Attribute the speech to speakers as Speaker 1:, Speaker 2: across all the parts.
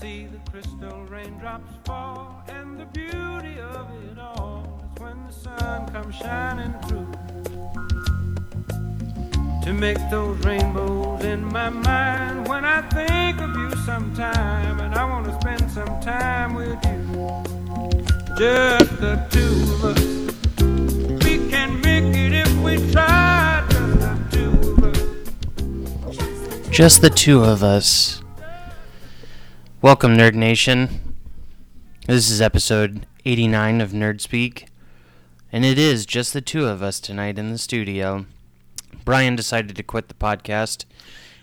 Speaker 1: see the crystal raindrops fall, and the beauty of it all is when the sun comes shining through. To make those rainbows in my mind when I think of you sometime, and I want to spend some time with you. Just the two of us. We can make it if we try. Just the two of us.
Speaker 2: Just the two of us. Welcome, Nerd Nation. This is episode 89 of Nerd Speak, and it is just the two of us tonight in the studio. Brian decided to quit the podcast.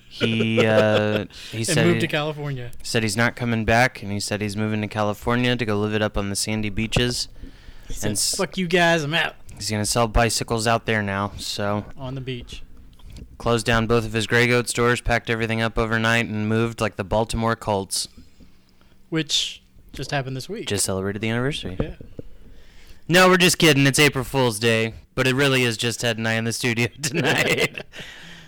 Speaker 2: He uh, he
Speaker 3: and
Speaker 2: said
Speaker 3: moved
Speaker 2: he-
Speaker 3: to California.
Speaker 2: said he's not coming back, and he said he's moving to California to go live it up on the sandy beaches. and s-
Speaker 3: Fuck you guys, I'm out
Speaker 2: he's gonna sell bicycles out there now. So
Speaker 3: on the beach.
Speaker 2: closed down both of his Grey Goat stores, packed everything up overnight, and moved like the Baltimore Colts.
Speaker 3: Which just happened this week.
Speaker 2: Just celebrated the anniversary.
Speaker 3: yeah.
Speaker 2: No, we're just kidding. It's April Fool's Day, but it really is just Ted and I in the studio tonight.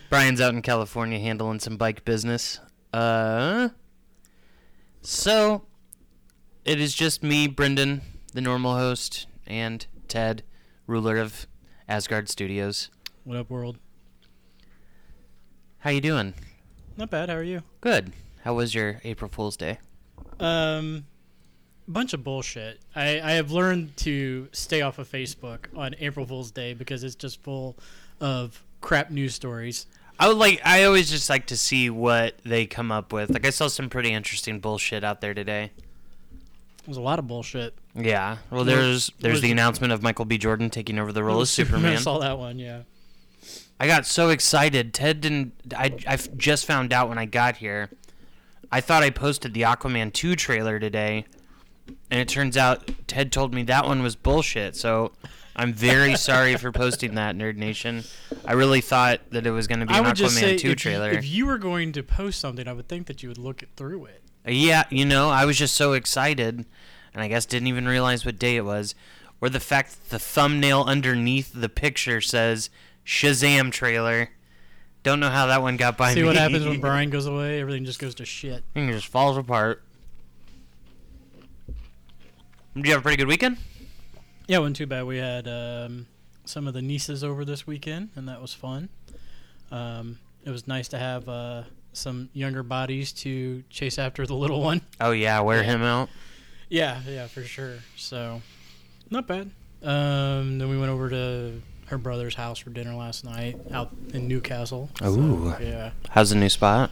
Speaker 2: Brian's out in California handling some bike business. Uh, so it is just me, Brendan, the normal host, and Ted, ruler of Asgard Studios.
Speaker 3: What up world?
Speaker 2: How you doing?
Speaker 3: Not bad, how are you?
Speaker 2: Good. How was your April Fool's Day?
Speaker 3: Um bunch of bullshit. I, I have learned to stay off of Facebook on April Fool's Day because it's just full of crap news stories.
Speaker 2: I would like. I always just like to see what they come up with. Like I saw some pretty interesting bullshit out there today.
Speaker 3: There's a lot of bullshit.
Speaker 2: Yeah. Well, there's there's
Speaker 3: was-
Speaker 2: the announcement of Michael B. Jordan taking over the role of Superman.
Speaker 3: I saw that one, yeah.
Speaker 2: I got so excited. Ted didn't. I I f- just found out when I got here. I thought I posted the Aquaman two trailer today, and it turns out Ted told me that one was bullshit. So. I'm very sorry for posting that, Nerd Nation. I really thought that it was going to be
Speaker 3: I
Speaker 2: an
Speaker 3: would just say
Speaker 2: Aquaman
Speaker 3: if,
Speaker 2: 2
Speaker 3: you-
Speaker 2: trailer.
Speaker 3: if you were going to post something, I would think that you would look it through it.
Speaker 2: Yeah, you know, I was just so excited, and I guess didn't even realize what day it was, or the fact that the thumbnail underneath the picture says Shazam trailer. Don't know how that one got by
Speaker 3: See
Speaker 2: me.
Speaker 3: what happens when Brian goes away, everything just goes to shit.
Speaker 2: It just falls apart. Did you have a pretty good weekend?
Speaker 3: Yeah, it wasn't too bad. We had um, some of the nieces over this weekend, and that was fun. Um, it was nice to have uh, some younger bodies to chase after the little one.
Speaker 2: Oh yeah, wear
Speaker 3: Yeah.
Speaker 2: him out.
Speaker 3: Yeah, yeah, for sure. So, not bad. Um, then we went over to her brother's house for dinner last night out in Newcastle. So,
Speaker 2: Ooh.
Speaker 3: yeah.
Speaker 2: How's the new spot?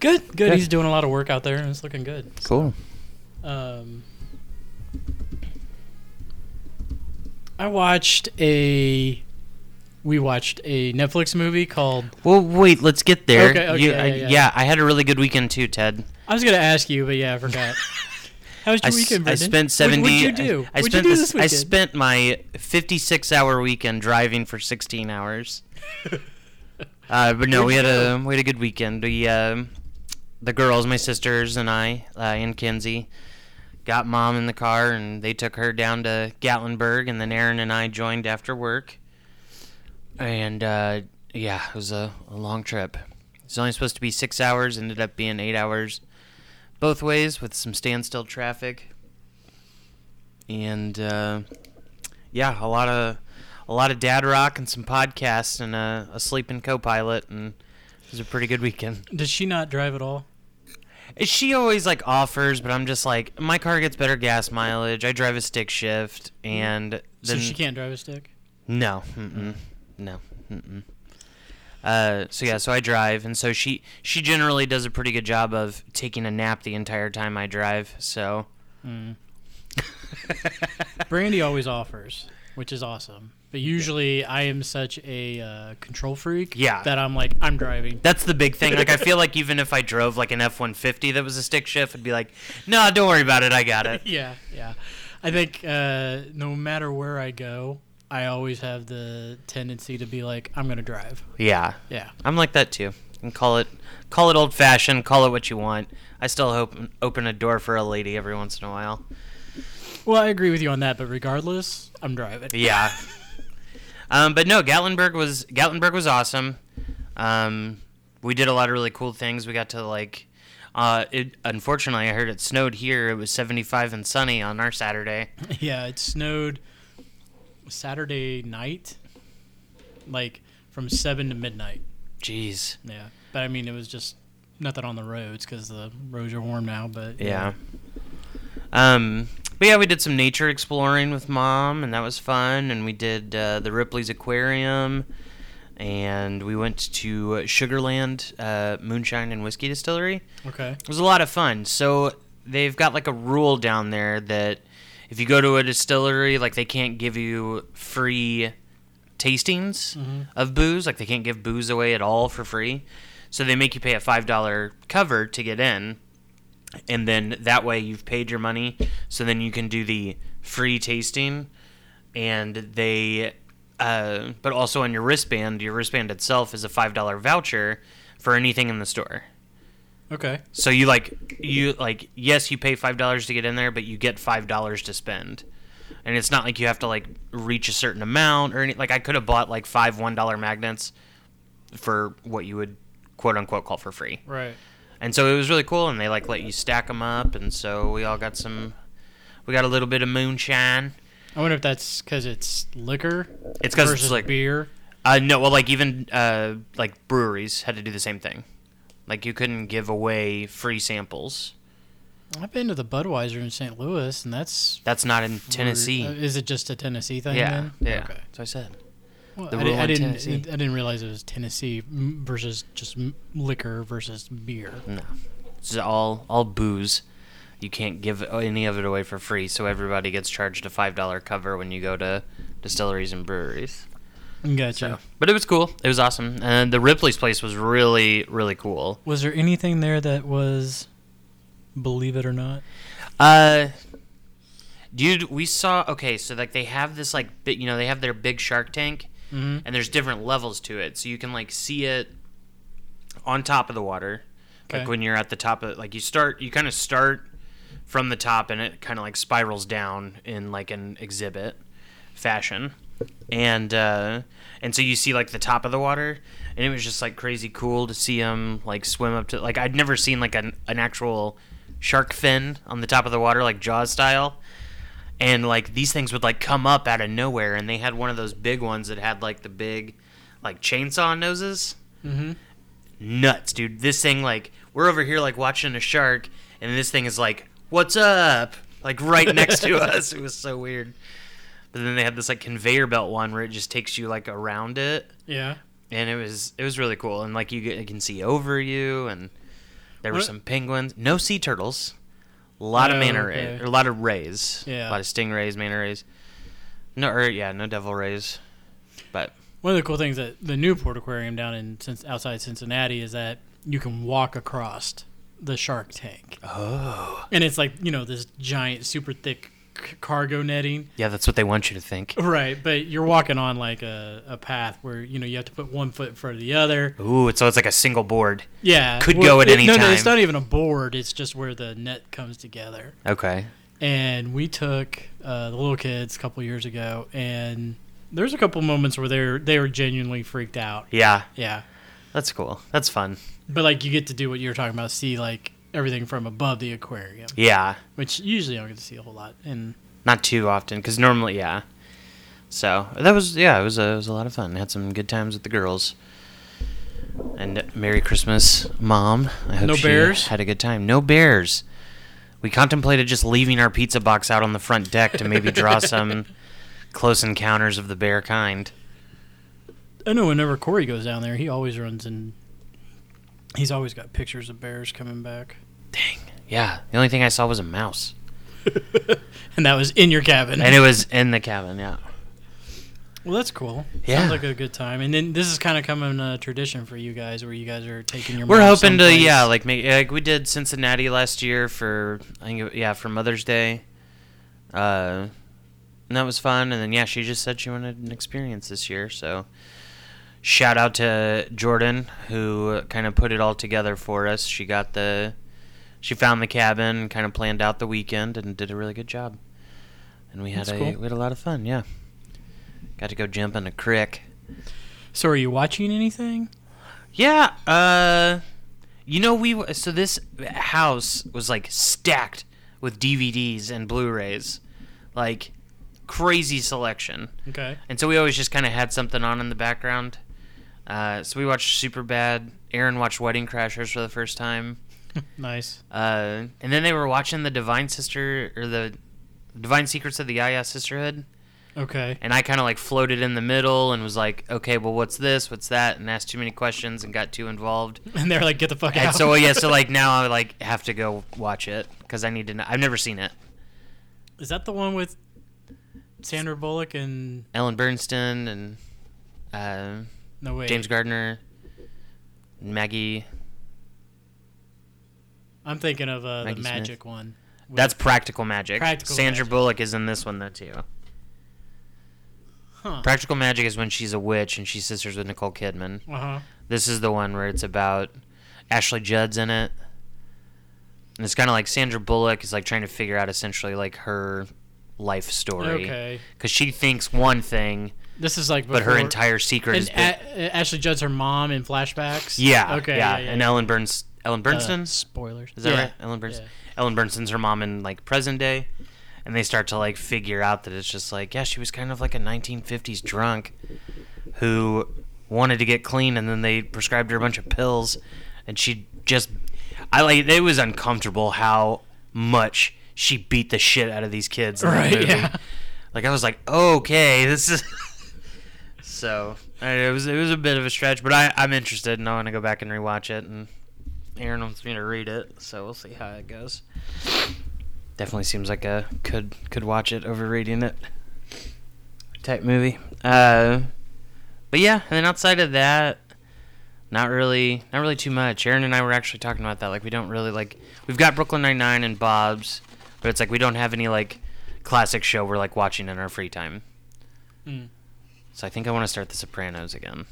Speaker 3: Good, good.
Speaker 2: Good.
Speaker 3: He's doing a lot of work out there, and it's looking good.
Speaker 2: Cool.
Speaker 3: Um, I watched a. We watched a Netflix movie called.
Speaker 2: Well, wait, let's get there.
Speaker 3: Okay, okay,
Speaker 2: You-
Speaker 3: yeah,
Speaker 2: I,
Speaker 3: yeah, yeah.
Speaker 2: I had a really good weekend too, Ted.
Speaker 3: I was gonna ask you, but yeah, I forgot. How was
Speaker 2: I,
Speaker 3: your
Speaker 2: s-
Speaker 3: weekend,
Speaker 2: I
Speaker 3: Brendan?
Speaker 2: spent
Speaker 3: What-
Speaker 2: seventy.
Speaker 3: What'd you do?
Speaker 2: I, I
Speaker 3: what'd
Speaker 2: spent
Speaker 3: you do
Speaker 2: this-
Speaker 3: this
Speaker 2: I
Speaker 3: weekend?
Speaker 2: spent my fifty-six hour weekend driving for sixteen hours. uh, but no, we had a we had a good weekend. We um, the girls, my sisters, and I, uh, and Kenzie, got mom in the car, and they took her down to Gatlinburg, and then Aaron and I joined after work. And uh, yeah, it was a, a long trip. It's only supposed to be six hours. Ended up being eight hours, both ways with some standstill traffic and uh, yeah, a lot of a lot of dad rock and some podcasts and a, a sleeping co-pilot, and it was a pretty good weekend.
Speaker 3: Did she not drive at all?
Speaker 2: She always like offers, but I'm just like my car gets better gas mileage. I drive a stick shift, and then
Speaker 3: so she can't drive a stick.
Speaker 2: no, mm-mm, no. Mm-mm. Uh, so yeah, so I drive, and so she she generally does a pretty good job of taking a nap the entire time I drive. So
Speaker 3: Brandy always offers, which is awesome. But usually, I am such a uh, control freak
Speaker 2: Yeah.
Speaker 3: that I'm like, I'm driving.
Speaker 2: That's the big thing. Like I feel like even if I drove like an F one fifty that was a stick shift, I'd be like, No, don't worry about it, I got it.
Speaker 3: yeah, yeah. I think uh, no matter where I go, I always have the tendency to be like, I'm gonna drive.
Speaker 2: Yeah.
Speaker 3: Yeah,
Speaker 2: I'm like that too. And call it call it old fashioned, call it what you want. I still open open a door for a lady every once in a while.
Speaker 3: Well, I agree with you on that, but regardless, I'm driving.
Speaker 2: Yeah. um, but no, Gatlinburg was Gatlinburg was awesome. Um, we did a lot of really cool things. We got to like Uh, it unfortunately, I heard it snowed here. It was 75 and sunny on our Saturday.
Speaker 3: Yeah, it snowed Saturday night, like from seven to midnight.
Speaker 2: Jeez.
Speaker 3: Yeah, but I mean, it was just nothing on the roads because the roads are warm now. But
Speaker 2: Yeah. Um, but yeah, we did some nature exploring with mom, and that was fun. And we did uh, the Ripley's Aquarium, and we went to Sugarland uh, Moonshine and Whiskey Distillery.
Speaker 3: okay,
Speaker 2: It was a lot of fun. So they've got like a rule down there that if you go to a distillery, like they can't give you free tastings of booze. Like they can't give booze away at all for free. So they make you pay a five dollar cover to get in, and then that way you've paid your money. So then you can do the free tasting, and they. Uh, but also on your wristband, your wristband itself is a five dollar voucher for anything in the store.
Speaker 3: okay,
Speaker 2: So you like you like yes, you pay five dollars to get in there, but you get five dollars to spend. And it's not like you have to like reach a certain amount or any like I could have bought like five one dollar magnets for what you would quote unquote call for free.
Speaker 3: right.
Speaker 2: And so it was really cool and they like let you stack them up and so we all got some we got a little bit of moonshine.
Speaker 3: I wonder if that's because it's liquor.
Speaker 2: It's 'cause it's
Speaker 3: versus
Speaker 2: liquor.
Speaker 3: beer.
Speaker 2: Uh no, well like even uh like breweries had to do the same thing. Like you couldn't give away free samples.
Speaker 3: I've been to the Budweiser in St. Louis, and that's
Speaker 2: That's not in Tennessee.
Speaker 3: Uh, Is it just a Tennessee thing?
Speaker 2: Yeah,
Speaker 3: then?
Speaker 2: yeah.
Speaker 3: Okay.
Speaker 2: That's what I said.
Speaker 3: Well,
Speaker 2: The
Speaker 3: I,
Speaker 2: rule
Speaker 3: did,
Speaker 2: in
Speaker 3: I didn't.
Speaker 2: Tennessee.
Speaker 3: I didn't realize it was Tennessee m- versus just m- liquor versus beer.
Speaker 2: No, it's all all booze. You can't give any of it away for free, so everybody gets charged a five dollar cover when you go to distilleries and breweries.
Speaker 3: Gotcha.
Speaker 2: But it was cool. It was awesome, and the Ripley's place was really really cool.
Speaker 3: Was there anything there that was, believe it or not?
Speaker 2: Uh, dude, we saw. Okay, so like they have this like bit. You know, they have their big Shark Tank,
Speaker 3: Mhm.
Speaker 2: and there's different levels to it, so you can like see it on top of the water.
Speaker 3: Okay.
Speaker 2: Like when you're at the top of like you start, you kind of start from the top, and it kind of like spirals down in like an exhibit fashion. And uh, and so you see like the top of the water, and it was just like crazy cool to see them like swim up to like I'd never seen like an an actual shark fin on the top of the water like Jaws style, and like these things would like come up out of nowhere, and they had one of those big ones that had like the big like chainsaw noses
Speaker 3: Mm-hmm.
Speaker 2: nuts, dude. This thing, like, we're over here, like, watching a shark, and this thing is like, what's up? Like, right next to us. It was so weird. But then they had this, like, conveyor belt one where it just takes you, like, around it.
Speaker 3: Yeah.
Speaker 2: And it was, it was really cool. And, like, you, get, you can see over you, and there were
Speaker 3: What-
Speaker 2: some penguins. No sea turtles. A lot
Speaker 3: Oh,
Speaker 2: of manta rays.
Speaker 3: okay.
Speaker 2: A lot of rays. A
Speaker 3: Yeah.
Speaker 2: lot of stingrays, manta rays. No, or, yeah, no devil rays. But,
Speaker 3: One of the cool things that the Newport Aquarium down in since outside Cincinnati is that you can walk across the shark tank.
Speaker 2: oh.
Speaker 3: And it's like, you know, this giant super thick c- cargo netting.
Speaker 2: Yeah, that's what they want you to think.
Speaker 3: Right, but you're walking on like a, a path where, you know, you have to put one foot in front of the other.
Speaker 2: Ooh, so it's like a single board.
Speaker 3: Yeah.
Speaker 2: Could go at
Speaker 3: it-
Speaker 2: any
Speaker 3: no, No, it's
Speaker 2: time.
Speaker 3: not even a board, it's just where the net comes together.
Speaker 2: Okay.
Speaker 3: and we took uh, the little kids a couple years ago, and there's a couple moments where they're they were genuinely freaked out.
Speaker 2: Yeah,
Speaker 3: Yeah,
Speaker 2: that's cool. That's fun.
Speaker 3: but like you get to do what you were talking about, see like everything from above the aquarium,
Speaker 2: Yeah,
Speaker 3: which usually I don't get to see a whole lot. And
Speaker 2: not too often because normally, yeah. So that was yeah, it was a, it was a lot of fun. Had some good times with the girls. And Merry Christmas, Mom. I hope
Speaker 3: No
Speaker 2: she
Speaker 3: bears?
Speaker 2: Had a good time. No bears. We contemplated just leaving our pizza box out on the front deck to maybe draw some close encounters of the bear kind.
Speaker 3: I know whenever Corey goes down there, he always runs and he's always got pictures of bears coming back,
Speaker 2: Dang. Yeah. The only thing I saw was a mouse.
Speaker 3: and that was in your cabin.
Speaker 2: And it was in the cabin, yeah.
Speaker 3: well, that's cool.
Speaker 2: Yeah.
Speaker 3: Sounds like a good time. And then this is kind of coming a tradition for you guys, where you guys are taking your.
Speaker 2: We're
Speaker 3: mom
Speaker 2: hoping to,
Speaker 3: someplace.
Speaker 2: yeah, like make like we did Cincinnati last year for I think it- yeah for Mother's Day, uh, and that was fun. And then yeah, she just said she wanted an experience this year, so shout out to Jordan who kind of put it all together for us. She got the she found the cabin, kind of planned out the weekend, and did a really good job. And we had
Speaker 3: That's
Speaker 2: a
Speaker 3: cool.
Speaker 2: we had a lot of fun. Yeah, got to go jump in a creek.
Speaker 3: So, are you watching anything?
Speaker 2: Yeah, uh You know, we w- so this house was like stacked with DVDs and Blu-rays, like crazy selection.
Speaker 3: Okay.
Speaker 2: And so we always just kind of had something on in the background. Uh, so we watched Super Bad. Aaron watched Wedding Crashers for the first time.
Speaker 3: Nice.
Speaker 2: Uh, and then they were watching the Divine Sister or the Divine Secrets of the Yaya Sisterhood.
Speaker 3: Okay.
Speaker 2: And I kind of like floated in the middle and was like, okay, well, what's this? What's that? And asked too many questions and got too involved.
Speaker 3: And they're like, get the fuck
Speaker 2: And
Speaker 3: out.
Speaker 2: so yeah, so like now I like have to go watch it because I need to. Know. I've never seen it.
Speaker 3: Is that the one with Sandra Bullock and
Speaker 2: Ellen Bernstein and uh,
Speaker 3: no wait?
Speaker 2: James Gardner, Maggie.
Speaker 3: I'm thinking of uh, the
Speaker 2: Maggie Smith.
Speaker 3: magic one. with-
Speaker 2: That's practical magic.
Speaker 3: Practical
Speaker 2: Sandra
Speaker 3: Magic.
Speaker 2: Bullock is in this one though too.
Speaker 3: huh.
Speaker 2: Practical magic is when she's a witch and she's sisters with Nicole Kidman.
Speaker 3: Uh huh.
Speaker 2: This is the one where it's about Ashley Judd's in it. And it's kind of like Sandra Bullock is like trying to figure out essentially like her life story.
Speaker 3: Okay.
Speaker 2: Because she thinks one thing,
Speaker 3: This is like before,
Speaker 2: but her entire secret
Speaker 3: and
Speaker 2: is. big-
Speaker 3: a- uh, Ashley Judd's her mom in flashbacks.
Speaker 2: yeah.
Speaker 3: Okay.
Speaker 2: Yeah.
Speaker 3: Yeah. yeah,
Speaker 2: and
Speaker 3: yeah.
Speaker 2: Ellen Burns. Ellen Bernstein?
Speaker 3: Uh, spoilers.
Speaker 2: is that
Speaker 3: Yeah,
Speaker 2: right? Ellen Burns.
Speaker 3: yeah.
Speaker 2: Ellen Bernstein's her mom in like present day. And they start to like figure out that it's just like, yeah, she was kind of like a 1950s drunk who wanted to get clean and then they prescribed her a bunch of pills and she just I like it was uncomfortable how much she beat the shit out of these kids in that
Speaker 3: Right,
Speaker 2: movie.
Speaker 3: yeah.
Speaker 2: Like I was like, "Okay, this is So, I- it was it was a bit of a stretch, but I I'm interested and I want to go back and rewatch it and Aaron wants me to read it, so we'll see how it goes. Definitely seems like a could could watch it over reading it type movie. Uh, but yeah, and then outside of that, not really, not really too much. Aaron and I were actually talking about that. Like we don't really like we've got Brooklyn Nine Nine and Bob's, but it's like we don't have any like classic show we're like watching in our free time.
Speaker 3: Mm.
Speaker 2: So I think I want to start The Sopranos again.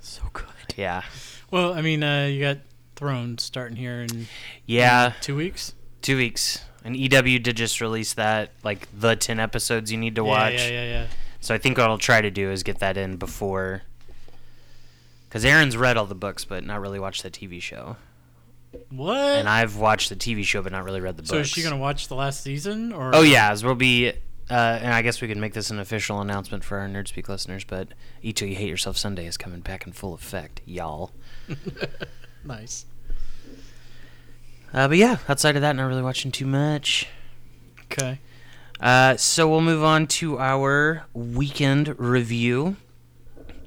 Speaker 3: So good.
Speaker 2: Yeah,
Speaker 3: Well, I mean, uh, you got Thrones starting here in
Speaker 2: yeah.
Speaker 3: two weeks.
Speaker 2: Two weeks. And EW did just release that, like the ten episodes you need to
Speaker 3: Yeah,
Speaker 2: watch.
Speaker 3: Yeah, yeah, yeah.
Speaker 2: So I think what I'll try to do is get that in before, because Aaron's read all the books but not really watched the TV show,
Speaker 3: What?
Speaker 2: and I've watched the TV show but not really read the books.
Speaker 3: so is she gonna watch the last season or?
Speaker 2: Oh yeah, as we'll be, uh, and I guess we could make this an official announcement for our Nerd Speak listeners. But Eat Till You Hate Yourself Sunday is coming back in full effect, y'all.
Speaker 3: Nice.
Speaker 2: Uh, but yeah, outside of that, not really watching too much.
Speaker 3: Okay.
Speaker 2: Uh, so we'll move on to our weekend review.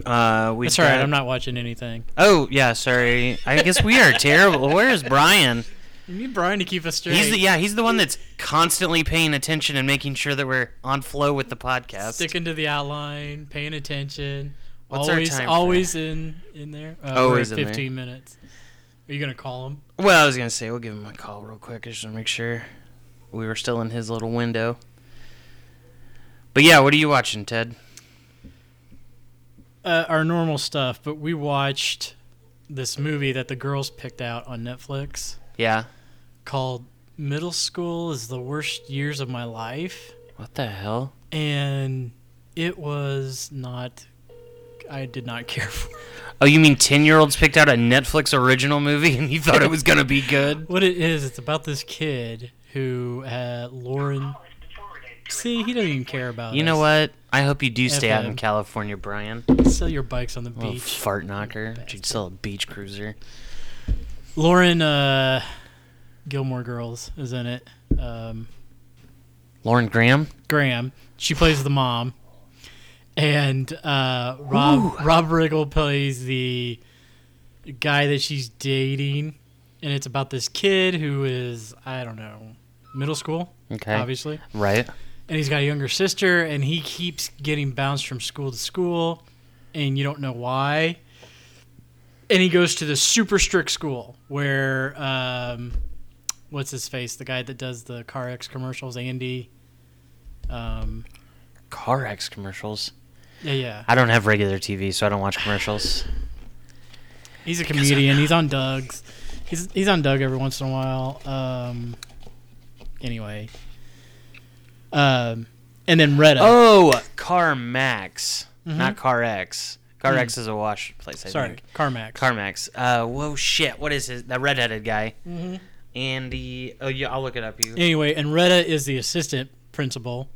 Speaker 2: Uh, we've
Speaker 3: It's all right.
Speaker 2: got-
Speaker 3: I'm not watching anything.
Speaker 2: Oh yeah, sorry. I guess we are terrible. Where is Brian?
Speaker 3: You need Brian to keep us straight.
Speaker 2: He's the yeah, he's the one that's constantly paying attention and making sure that we're on flow with the podcast.
Speaker 3: sticking to the outline, paying attention.
Speaker 2: What's our
Speaker 3: always,
Speaker 2: time frame?
Speaker 3: always in in there. Uh, we're
Speaker 2: Always
Speaker 3: at
Speaker 2: in there.
Speaker 3: 15 minutes. Are you gonna call him?
Speaker 2: Well, I was gonna say we'll give him a call real quick. I just want to make sure we were still in his little window. But yeah, what are you watching, Ted?
Speaker 3: Uh, our normal stuff, but we watched this movie that the girls picked out on Netflix
Speaker 2: Yeah.
Speaker 3: called "Middle School is the Worst Years of My Life,"
Speaker 2: What the hell?
Speaker 3: and it was not. I did not care for
Speaker 2: Oh, you mean ten-year-olds picked out a Netflix original movie and you thought it was gonna be good?
Speaker 3: what it is. It's about this kid who uh, Lauren. See, he doesn't even care about.
Speaker 2: You know
Speaker 3: us.
Speaker 2: what? I hope you do stay out in
Speaker 3: FM.
Speaker 2: California, Brian.
Speaker 3: Sell your bikes on the
Speaker 2: Little
Speaker 3: beach.
Speaker 2: fart knocker. She'd sell a beach cruiser.
Speaker 3: Lauren uh, Gilmore Girls is in it. Um,
Speaker 2: Lauren Graham.
Speaker 3: Graham, she plays the mom, and uh, Rob
Speaker 2: Ooh.
Speaker 3: Rob Riggle plays the guy that she's dating, and it's about this kid who is I don't know middle school,
Speaker 2: Okay.
Speaker 3: obviously,
Speaker 2: Right.
Speaker 3: and he's got a younger sister, and he keeps getting bounced from school to school, and you don't know why. And he goes to the super strict school where, um, what's his face? The guy that does the Car X commercials, Andy. Um,
Speaker 2: Car X commercials.
Speaker 3: yeah, yeah.
Speaker 2: I don't have regular TV, so I don't watch commercials.
Speaker 3: He's a comedian. He's on Doug's. He's he's on Doug every once in a while. Um, anyway. Um, and then Retta.
Speaker 2: Oh, Car Max, not Car X. CarX is a wash place. I
Speaker 3: Sorry,
Speaker 2: think.
Speaker 3: CarMax.
Speaker 2: CarMax. Uh, whoa, shit. What is his? That redheaded guy. Andy. Oh yeah, I'll look it up. You.
Speaker 3: anyway, and Retta is the assistant principal,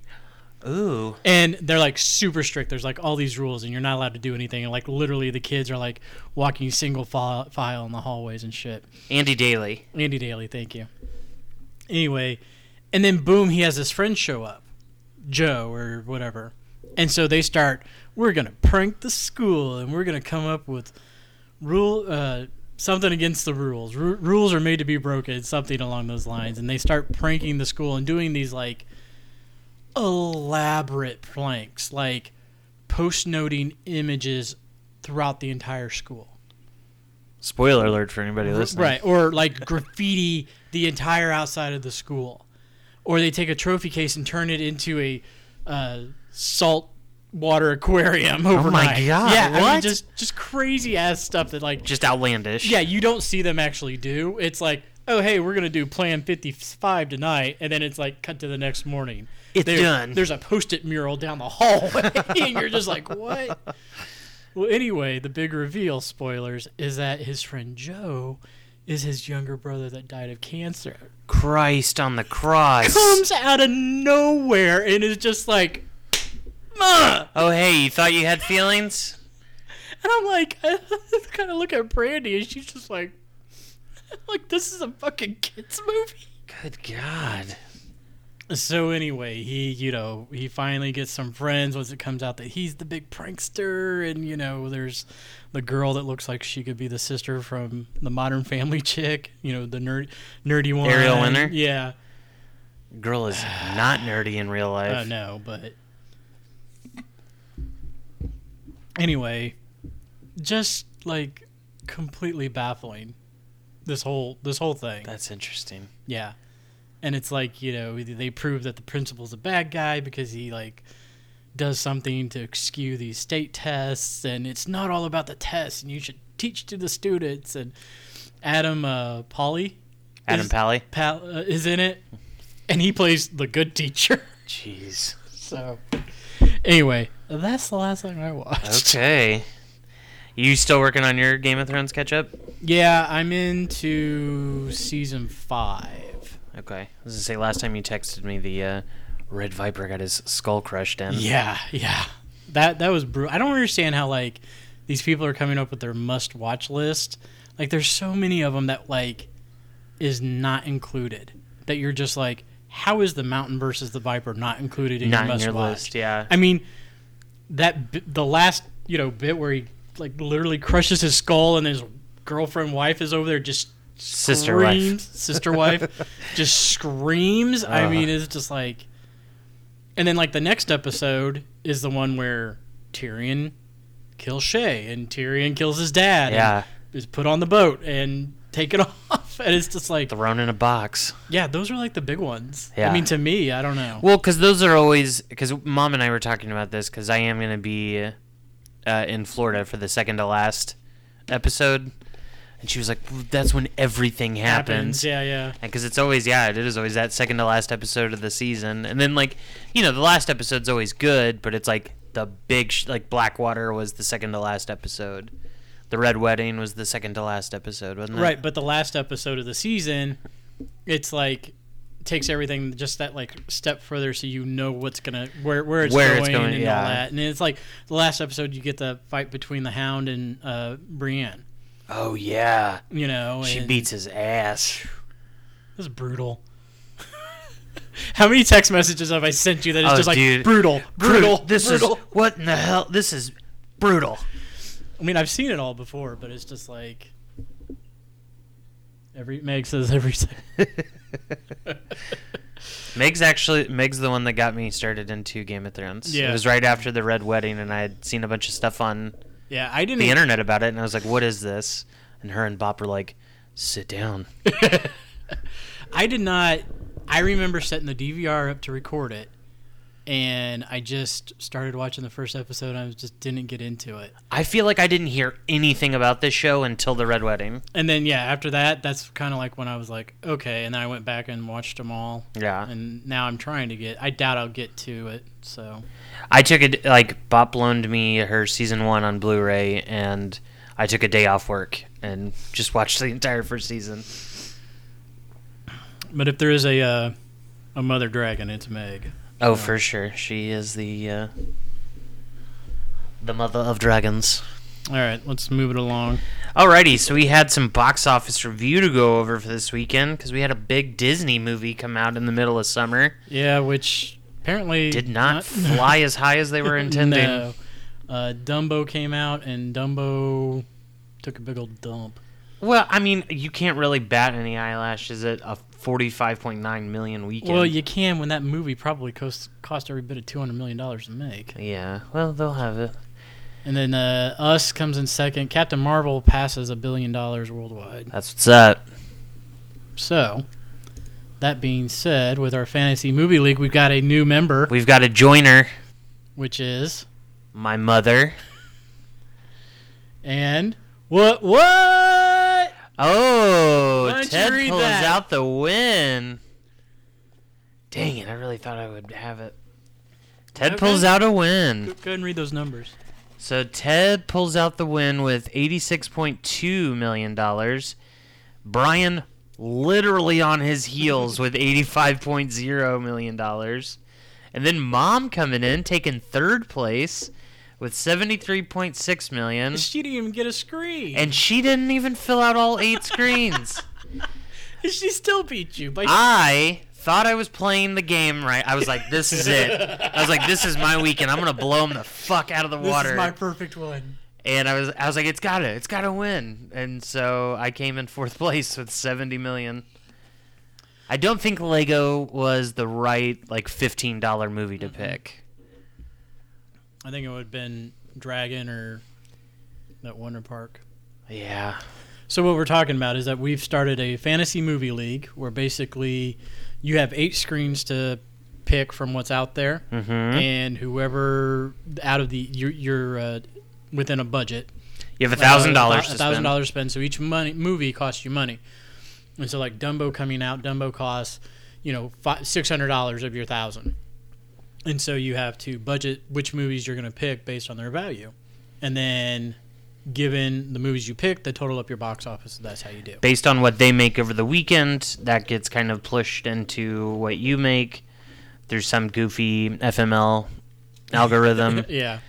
Speaker 2: Ooh.
Speaker 3: and they're like super strict. There's like all these rules, and you're not allowed to do anything. And like literally, the kids are like walking single file, file in the hallways and shit.
Speaker 2: Andy Daly.
Speaker 3: Andy Daly, thank you. Anyway, and then boom, he has his friend show up, Joe or whatever. And so they start, we're going to prank the school and we're going to come up with rule uh, something against the rules. Ru rules are made to be broken, something along those lines. And they start pranking the school and doing these like elaborate pranks, like post noting images throughout the entire school.
Speaker 2: Spoiler alert for anybody listening.
Speaker 3: Right, or like graffiti the entire outside of the school, or they take a trophy case and turn it into a uh, salt water aquarium overnight.
Speaker 2: Oh God,
Speaker 3: Yeah, I mean,
Speaker 2: what?
Speaker 3: just just crazy ass stuff that like,
Speaker 2: Just outlandish.
Speaker 3: yeah, you don't see them actually do. It's like, oh hey, we're gonna do Plan Fifty Five tonight, and then it's like cut to the next morning.
Speaker 2: It's
Speaker 3: There-
Speaker 2: done.
Speaker 3: There's a post-it mural down the hallway, and you're just like, what? Well, anyway, the big reveal, spoilers, is that his friend Joe is his younger brother that died of cancer.
Speaker 2: Christ on the cross.
Speaker 3: Comes out of nowhere and is just like, "Ma!"
Speaker 2: Oh hey, you thought you had feelings?
Speaker 3: And I'm like, I kind of look at Brandy, and she's just like, like this is a fucking kids movie.
Speaker 2: Good God.
Speaker 3: So anyway, he you know he finally gets some friends once it comes out that he's the big prankster, and you know there's the girl that looks like she could be the sister from the Modern Family chick, you know the nerd nerdy one,
Speaker 2: Ariel Winter?
Speaker 3: Yeah,
Speaker 2: Girl is not nerdy in real life.
Speaker 3: I know, Uh, but anyway, just like completely baffling this whole this whole thing.
Speaker 2: That's interesting.
Speaker 3: Yeah. And it's like, you know, they prove that the principal's a bad guy because he like does something to skew these state tests and it's not all about the tests and you should teach to the students and Adam uh Polly
Speaker 2: Adam
Speaker 3: Is-
Speaker 2: Pally.
Speaker 3: Pal, uh, is in it and he plays the good teacher.
Speaker 2: Jeez.
Speaker 3: so anyway, that's the last thing I watched.
Speaker 2: Okay. You still working on your Game of Thrones catch up?
Speaker 3: Yeah, I'm into season 5.
Speaker 2: Okay. I was gonna say last time you texted me the uh, Red Viper got his skull crushed in.
Speaker 3: Yeah, yeah. That that was brutal. I don't understand how like these people are coming up with their must watch list. Like there's so many of them that like is not included. That you're just like, how is the Mountain versus the Viper not included in
Speaker 2: Not
Speaker 3: your
Speaker 2: in
Speaker 3: must
Speaker 2: your
Speaker 3: watch?
Speaker 2: list, yeah.
Speaker 3: I mean, that bi- the last you know bit where he like literally crushes his skull and his girlfriend wife is over there just
Speaker 2: Sister wife.
Speaker 3: screams- sister wife just screams. I
Speaker 2: Uh.
Speaker 3: mean, it's just like, and then like the next episode is the one where Tyrion kills Shay and Tyrion kills his dad. and
Speaker 2: Yeah.
Speaker 3: is put on the boat and taken off, and it's just like,
Speaker 2: Thrown in a box.
Speaker 3: yeah, those are like the big ones.
Speaker 2: Yeah.
Speaker 3: I mean, to me, I don't know.
Speaker 2: Well, because those are always because mom and I were talking about this because I am gonna be uh, in Florida for the second to last episode, and she was like, "Well, "That's when everything happens."
Speaker 3: Yeah, yeah.
Speaker 2: because it's always yeah, it is always that second to last episode of the season, and then like you know the last episode's always good, but it's like the big sh- like Blackwater was the second to last episode, the Red Wedding was the second to last episode, wasn't it?
Speaker 3: Right, but the last episode of the season, it's like takes everything just that like step further so you know what's gonna where where it's,
Speaker 2: Where
Speaker 3: going,
Speaker 2: it's going,
Speaker 3: and
Speaker 2: yeah.
Speaker 3: all that. And it's like the last episode you get the fight between the hound and uh Brienne.
Speaker 2: Oh yeah,
Speaker 3: You know,
Speaker 2: she
Speaker 3: and
Speaker 2: beats his ass.
Speaker 3: this is brutal. How many text messages have I sent you that it's
Speaker 2: Oh,
Speaker 3: just like
Speaker 2: dude.
Speaker 3: brutal, brutal,
Speaker 2: This
Speaker 3: brutal.
Speaker 2: is what in the hell. This is brutal.
Speaker 3: I mean, I've seen it all before, but it's just like every Meg says every
Speaker 2: Meg's actually Meg's the one that got me started into Game of Thrones.
Speaker 3: Yeah.
Speaker 2: It was right after the Red Wedding, and I had seen a bunch of stuff on
Speaker 3: yeah. I didn't
Speaker 2: the internet about it, and I was like, "What is this?" And her and Bop were like, "Sit down."
Speaker 3: I did not. I remember setting the DVR up to record it, and I just started watching the first episode. and I just didn't get into it.
Speaker 2: I feel like I didn't hear anything about this show until the Red Wedding.
Speaker 3: And then yeah, after that, that's kind of like when I was like, okay. And then I went back and watched them all.
Speaker 2: Yeah.
Speaker 3: And now I'm trying to get. I doubt I'll get to it. So
Speaker 2: I took it like Bop loaned me her season one on Blu-ray, and I took a day off work and just watched the entire first season.
Speaker 3: But if there is a uh, a mother dragon, it's Meg.
Speaker 2: Oh, for sure, she is the uh, the mother of dragons.
Speaker 3: All right, let's move it along.
Speaker 2: Alrighty, so we had some box office review to go over for this weekend because we had a big Disney movie come out in the middle of summer.
Speaker 3: Yeah, which apparently
Speaker 2: Did not, fly as high as they were intending.
Speaker 3: No. Uh, Dumbo came out and Dumbo took a big old dump.
Speaker 2: Well, I mean, you can't really bat any eyelashes at a forty-five point nine million weekend.
Speaker 3: Well, you can when that movie probably cost cost every bit of two hundred million dollars to make.
Speaker 2: yeah. Well, they'll have it.
Speaker 3: And then uh, Us comes in second. Captain Marvel passes a billion dollars worldwide.
Speaker 2: That's what's up.
Speaker 3: So, that being said, with our fantasy movie league, we've got a new member,
Speaker 2: We've got a joiner,
Speaker 3: which is
Speaker 2: my mother.
Speaker 3: and what what.
Speaker 2: Oh,
Speaker 3: Why don't you
Speaker 2: Ted
Speaker 3: read
Speaker 2: pulls
Speaker 3: that?
Speaker 2: out the win. Dang it! I really thought I would have it. Ted
Speaker 3: Okay.
Speaker 2: pulls out a win.
Speaker 3: Go ahead and read those numbers.
Speaker 2: So Ted pulls out the win with eighty-six point two million dollars. Brian literally on his heels with eighty-five point zero million dollars, and then Mom coming in taking third place with seventy-three point six million.
Speaker 3: She didn't even get a screen,
Speaker 2: Hmm. And she didn't even fill out all eight screens.
Speaker 3: she still beat you by
Speaker 2: I thought I was playing the game right. I was like, "This is it." I was like, "This is my weekend. I'm gonna blow him the fuck out of the water."
Speaker 3: perfect one.
Speaker 2: and I was I was like, it's gotta, it's gotta win. And so I came in fourth place with seventy million. I don't think Lego was the right like fifteen dollar movie to pick.
Speaker 3: I think it would have been Dragon or that Wonder Park.
Speaker 2: Yeah.
Speaker 3: So what we're talking about is that we've started a fantasy movie league where basically you have eight screens to pick from what's out there,
Speaker 2: Mm-hmm.
Speaker 3: and whoever out of the you're, you're uh, within a budget
Speaker 2: You have a thousand dollars
Speaker 3: a
Speaker 2: to
Speaker 3: thousand
Speaker 2: spend.
Speaker 3: dollars spend. So each money movie costs you money, and so like Dumbo coming out, Dumbo costs you know six hundred dollars of your thousand, and so you have to budget which movies you're going to pick based on their value, and then given the movies you pick, they total up your box office. So that's how you do.
Speaker 2: Based on what they make over the weekend, that gets kind of pushed into what you make through some goofy FML algorithm.
Speaker 3: yeah.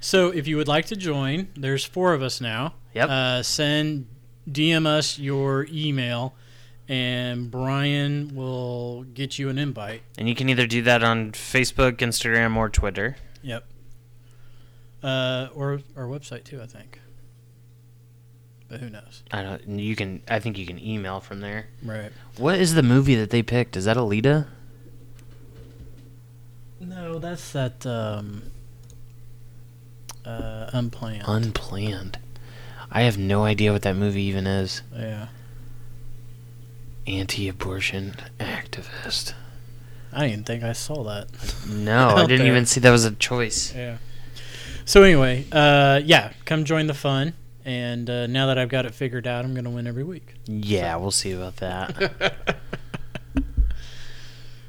Speaker 3: So if you would like to join, there's four of us now.
Speaker 2: Yep.
Speaker 3: Uh, send DM us your email, and Brian will get you an invite.
Speaker 2: and you can either do that on Facebook, Instagram, or Twitter.
Speaker 3: Yep. Uh, or our website too, I think. But who knows?
Speaker 2: I don't. You can. I think you can email from there.
Speaker 3: Right.
Speaker 2: What is the movie that they picked? Is that Alita?
Speaker 3: No, that's that um, uh, unplanned.
Speaker 2: Unplanned. I have no idea what that movie even is.
Speaker 3: yeah,
Speaker 2: Anti abortion activist.
Speaker 3: I didn't even think I saw that.
Speaker 2: No, I
Speaker 3: Out
Speaker 2: didn't
Speaker 3: there.
Speaker 2: even see that was a choice.
Speaker 3: Yeah. So anyway, uh, yeah, come join the fun. And uh, now that I've got it figured out, I'm gonna win every week.
Speaker 2: Yeah, we'll see about that.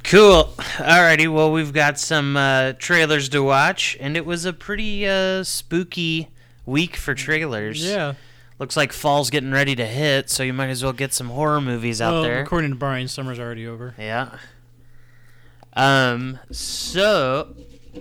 Speaker 2: cool. Alrighty, well, we've got some uh, trailers to watch, and it was a pretty uh, spooky week for trailers. Looks like fall's getting ready to hit, so you might as well get some horror movies out
Speaker 3: well,
Speaker 2: there.
Speaker 3: according to Brian, summer's already over.
Speaker 2: Yeah. Um. So. Uh.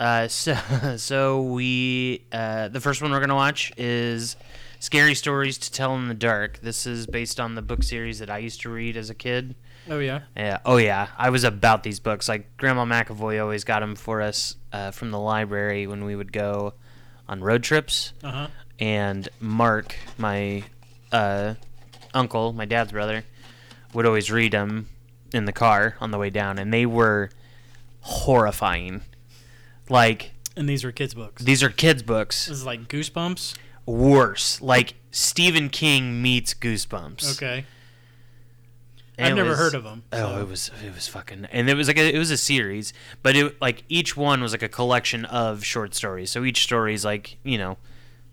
Speaker 2: So. So we. Uh. The first one we're gonna watch is "Scary Stories to Tell in the Dark." This is based on the book series that I used to read as a kid.
Speaker 3: Oh yeah.
Speaker 2: Yeah. Oh yeah. I was about these books. Like Grandma McAvoy always got them for us uh, from the library when we would go on road trips
Speaker 3: Uh huh.
Speaker 2: and Mark, my uh, uncle, my dad's brother, would always read them in the car on the way down, and they were horrifying. Like
Speaker 3: And these are kids' books.
Speaker 2: these are kids' books,
Speaker 3: This is like Goosebumps.
Speaker 2: worse. Like Stephen King meets Goosebumps.
Speaker 3: Okay.
Speaker 2: And
Speaker 3: I've
Speaker 2: it
Speaker 3: never
Speaker 2: was-
Speaker 3: heard of them.
Speaker 2: Oh, it was it was fucking, and it was like a, it was a series, but it like each one was like a collection of short stories. So each story is like you know,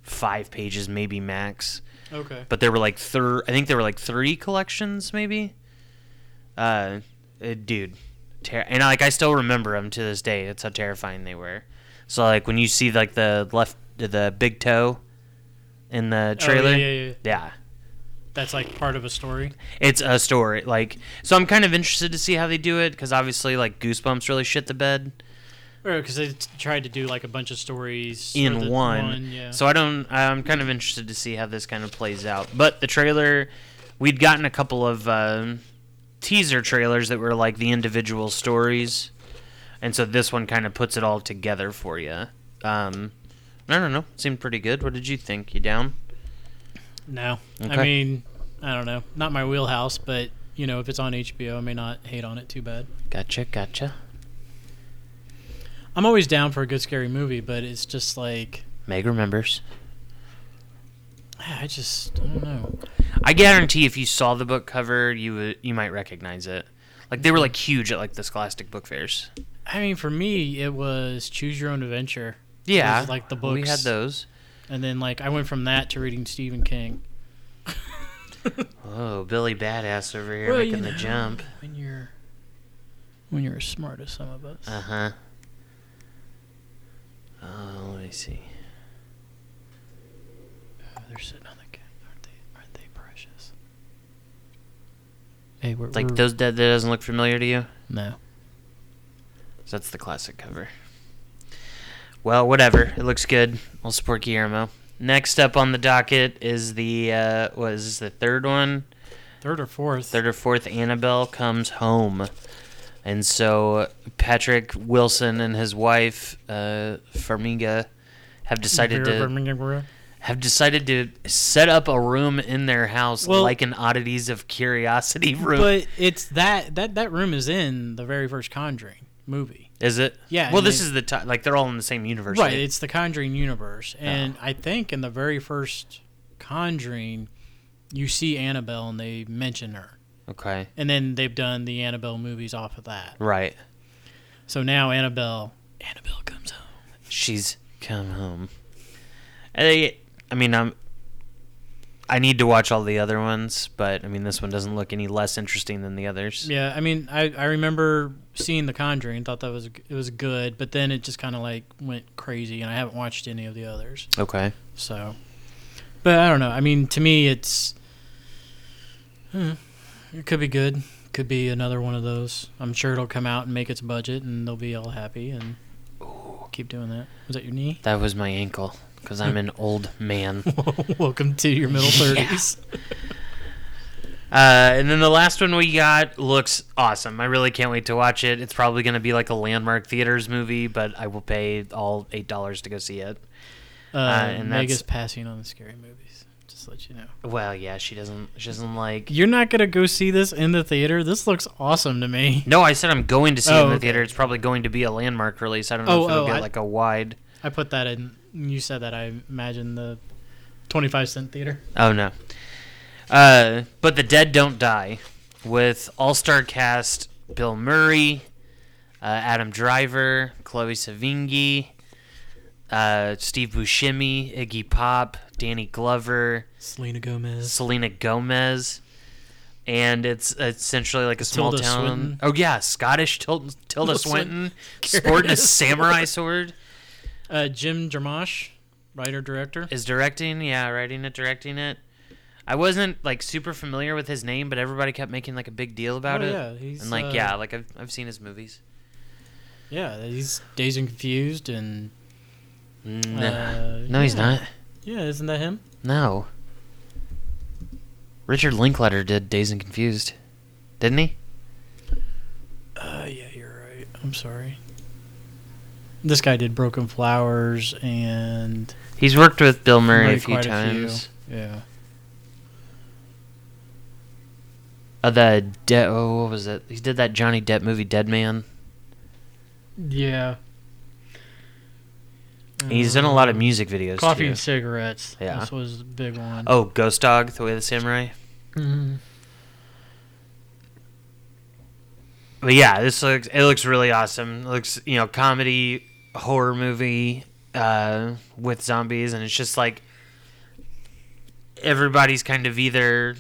Speaker 2: five pages maybe max.
Speaker 3: Okay.
Speaker 2: But there were like thir I think there were like three collections maybe. Uh, uh, dude, ter- and like I still remember them to this day. That's how terrifying they were. So like when you see like the left the big toe in the
Speaker 3: Oh,
Speaker 2: trailer,
Speaker 3: yeah, yeah, yeah.
Speaker 2: yeah,
Speaker 3: That's like part of a story.
Speaker 2: it's a story like so i'm kind of interested to see how they do it because obviously like goosebumps really shit the bed
Speaker 3: Because they t- tried to do like a bunch of stories for
Speaker 2: in
Speaker 3: the
Speaker 2: one,
Speaker 3: yeah.
Speaker 2: so i don't i'm kind of interested to see how this kind of plays out but the trailer we'd gotten a couple of um, teaser trailers that were like the individual stories and so this one kind of puts it all together for you um i don't know seemed pretty good what did you think you down
Speaker 3: no,
Speaker 2: Okay.
Speaker 3: I mean, I don't know. Not my wheelhouse, but you know, if it's on HBO, I may not hate on it too bad.
Speaker 2: gotcha gotcha
Speaker 3: I'm always down for a good scary movie, but it's just like
Speaker 2: meg remembers
Speaker 3: I just I don't know.
Speaker 2: I guarantee if you saw the book cover, you would you might recognize it. Like they were like huge at like the Scholastic book fairs.
Speaker 3: I mean, for me, it was Choose Your Own Adventure,
Speaker 2: Yeah,
Speaker 3: Those, like, the
Speaker 2: We had
Speaker 3: books.
Speaker 2: those.
Speaker 3: and then like I went from that to reading Stephen King.
Speaker 2: Oh, Billy Badass over here
Speaker 3: Well, you
Speaker 2: making the
Speaker 3: know,
Speaker 2: jump.
Speaker 3: when you're when you're as smart as some of us.
Speaker 2: Uh huh. Oh, let me see.
Speaker 3: Oh, they're sitting on the couch. Aren't they? Aren't they precious? Hey, we're
Speaker 2: Like
Speaker 3: we're-
Speaker 2: those that, that doesn't look familiar to you.
Speaker 3: No.
Speaker 2: So that's the classic cover. Well, whatever. It looks good. I'll support Guillermo. Next up on the docket is the uh, what is this, the third one?
Speaker 3: Third or fourth.
Speaker 2: third or fourth Annabelle comes home. And so Patrick Wilson and his wife uh, Farmiga have decided to have decided to set up a room in their house
Speaker 3: Well-
Speaker 2: like an oddities of curiosity room.
Speaker 3: But it's that that that room is in the very first Conjuring movie.
Speaker 2: is it?
Speaker 3: Yeah,
Speaker 2: Well,
Speaker 3: and
Speaker 2: this
Speaker 3: they-
Speaker 2: is the time. Like they're all in the same universe.
Speaker 3: Right, it's the Conjuring universe, and I think in the very first Conjuring, you see Annabelle and they mention her,
Speaker 2: Okay.
Speaker 3: and then they've done the Annabelle movies off of that.
Speaker 2: Right.
Speaker 3: So now Annabelle, Annabelle comes home.
Speaker 2: She's come home. And they- I mean, I'm. I need to watch all the other ones, but I mean, this one doesn't look any less interesting than the others.
Speaker 3: Yeah, I mean, I, I remember seeing The Conjuring, thought that was it was good, but then it just kind of like went crazy, and I haven't watched any of the others.
Speaker 2: Okay.
Speaker 3: So, but I don't know. I mean, to me, it's hmm, it could be good, could be another one of those. I'm sure it'll come out and make its budget, and they'll be all happy and keep doing that. Was that your knee?
Speaker 2: That was my ankle because I'm an old man.
Speaker 3: Welcome to your middle
Speaker 2: Yeah.
Speaker 3: thirties.
Speaker 2: Uh, and then the last one we got looks awesome. I really can't wait to watch it. It's probably going to be like a landmark theaters movie, but I will pay all eight dollars to go see it.
Speaker 3: Uh,
Speaker 2: and that's-
Speaker 3: Mega's passing on the scary movies. Just to let you know.
Speaker 2: Well, yeah, she doesn't. She doesn't like.
Speaker 3: You're not gonna go see this in the theater. This looks awesome to me.
Speaker 2: No, I said I'm going to see it
Speaker 3: Oh,
Speaker 2: in the
Speaker 3: okay.
Speaker 2: theater. It's probably going to be a landmark release. I don't know
Speaker 3: Oh,
Speaker 2: if it'll
Speaker 3: oh,
Speaker 2: get
Speaker 3: I-
Speaker 2: like a wide.
Speaker 3: I put that in. You said that. I imagine the twenty-five cent theater.
Speaker 2: Oh no. Uh, but the dead don't die, with all-star cast Bill Murray, uh, Adam Driver, Chloe Savigny, uh, Steve Buscemi, Iggy Pop, Danny Glover,
Speaker 3: Selena Gomez.
Speaker 2: Selena Gomez, and it's essentially like a small
Speaker 3: Tilda
Speaker 2: town.
Speaker 3: Swinton.
Speaker 2: Oh yeah, Scottish Til- Tilda, Swinton,
Speaker 3: Swinton.
Speaker 2: sporting a
Speaker 3: Carrying a sword.
Speaker 2: samurai sword.
Speaker 3: Uh, Jim Jarmusch, writer director.
Speaker 2: is directing yeah writing it directing it i wasn't like super familiar with his name but everybody kept making like a big deal about
Speaker 3: Oh,
Speaker 2: it
Speaker 3: yeah, he's,
Speaker 2: and like
Speaker 3: uh,
Speaker 2: yeah like I've, I've seen his movies
Speaker 3: Yeah, he's Dazed and Confused, and
Speaker 2: no,
Speaker 3: Uh,
Speaker 2: no he's
Speaker 3: yeah.
Speaker 2: not
Speaker 3: yeah, isn't that him?
Speaker 2: no richard linkletter did dazed and confused didn't he
Speaker 3: Uh, yeah, you're right. I'm sorry. This guy did Broken Flowers and
Speaker 2: he's worked with bill murray
Speaker 3: Murray
Speaker 2: a few
Speaker 3: quite a few.
Speaker 2: times
Speaker 3: yeah.
Speaker 2: uh, the De- oh what was it he did that johnny depp movie dead man
Speaker 3: Yeah.
Speaker 2: he's done a lot of music videos
Speaker 3: Um, Mm. Coffee
Speaker 2: too. Oh,
Speaker 3: and cigarettes.
Speaker 2: Yeah.
Speaker 3: This was a big one. Mm-hmm.
Speaker 2: oh ghost dog the way of the samurai But yeah, this looks it looks really awesome. It looks you know comedy horror movie uh, with zombies, and it's just like everybody's kind of either.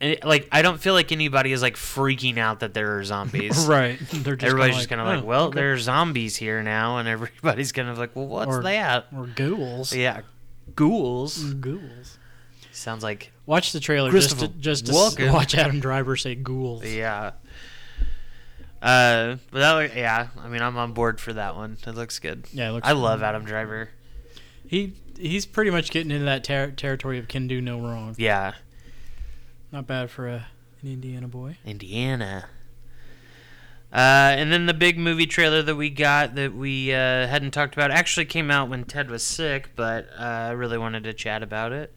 Speaker 2: and, Like I don't feel like anybody is like freaking out that there are zombies.
Speaker 3: Right. They're just
Speaker 2: Everybody's just kind of like,
Speaker 3: "Oh,
Speaker 2: well,
Speaker 3: okay."
Speaker 2: there are zombies here now, and everybody's kind of like, well, what's
Speaker 3: Or-
Speaker 2: that?
Speaker 3: Or ghouls.
Speaker 2: Yeah, ghouls.
Speaker 3: Ghouls.
Speaker 2: Sounds like
Speaker 3: Watch the trailer just to,
Speaker 2: Christopher
Speaker 3: just to s-
Speaker 2: Walken.
Speaker 3: watch Adam Driver say ghouls.
Speaker 2: yeah. Uh, but that look- yeah, I mean, I'm on board for that one. It looks good.
Speaker 3: Yeah, it looks
Speaker 2: I love Adam Driver.
Speaker 3: He he's pretty much getting into that ter- territory of can do no wrong.
Speaker 2: Yeah,
Speaker 3: Not bad for a, an Indiana boy.
Speaker 2: Indiana. Uh, and then the big movie trailer that we got that we uh, hadn't talked about actually came out when Ted was sick, but uh, I really wanted to chat about it.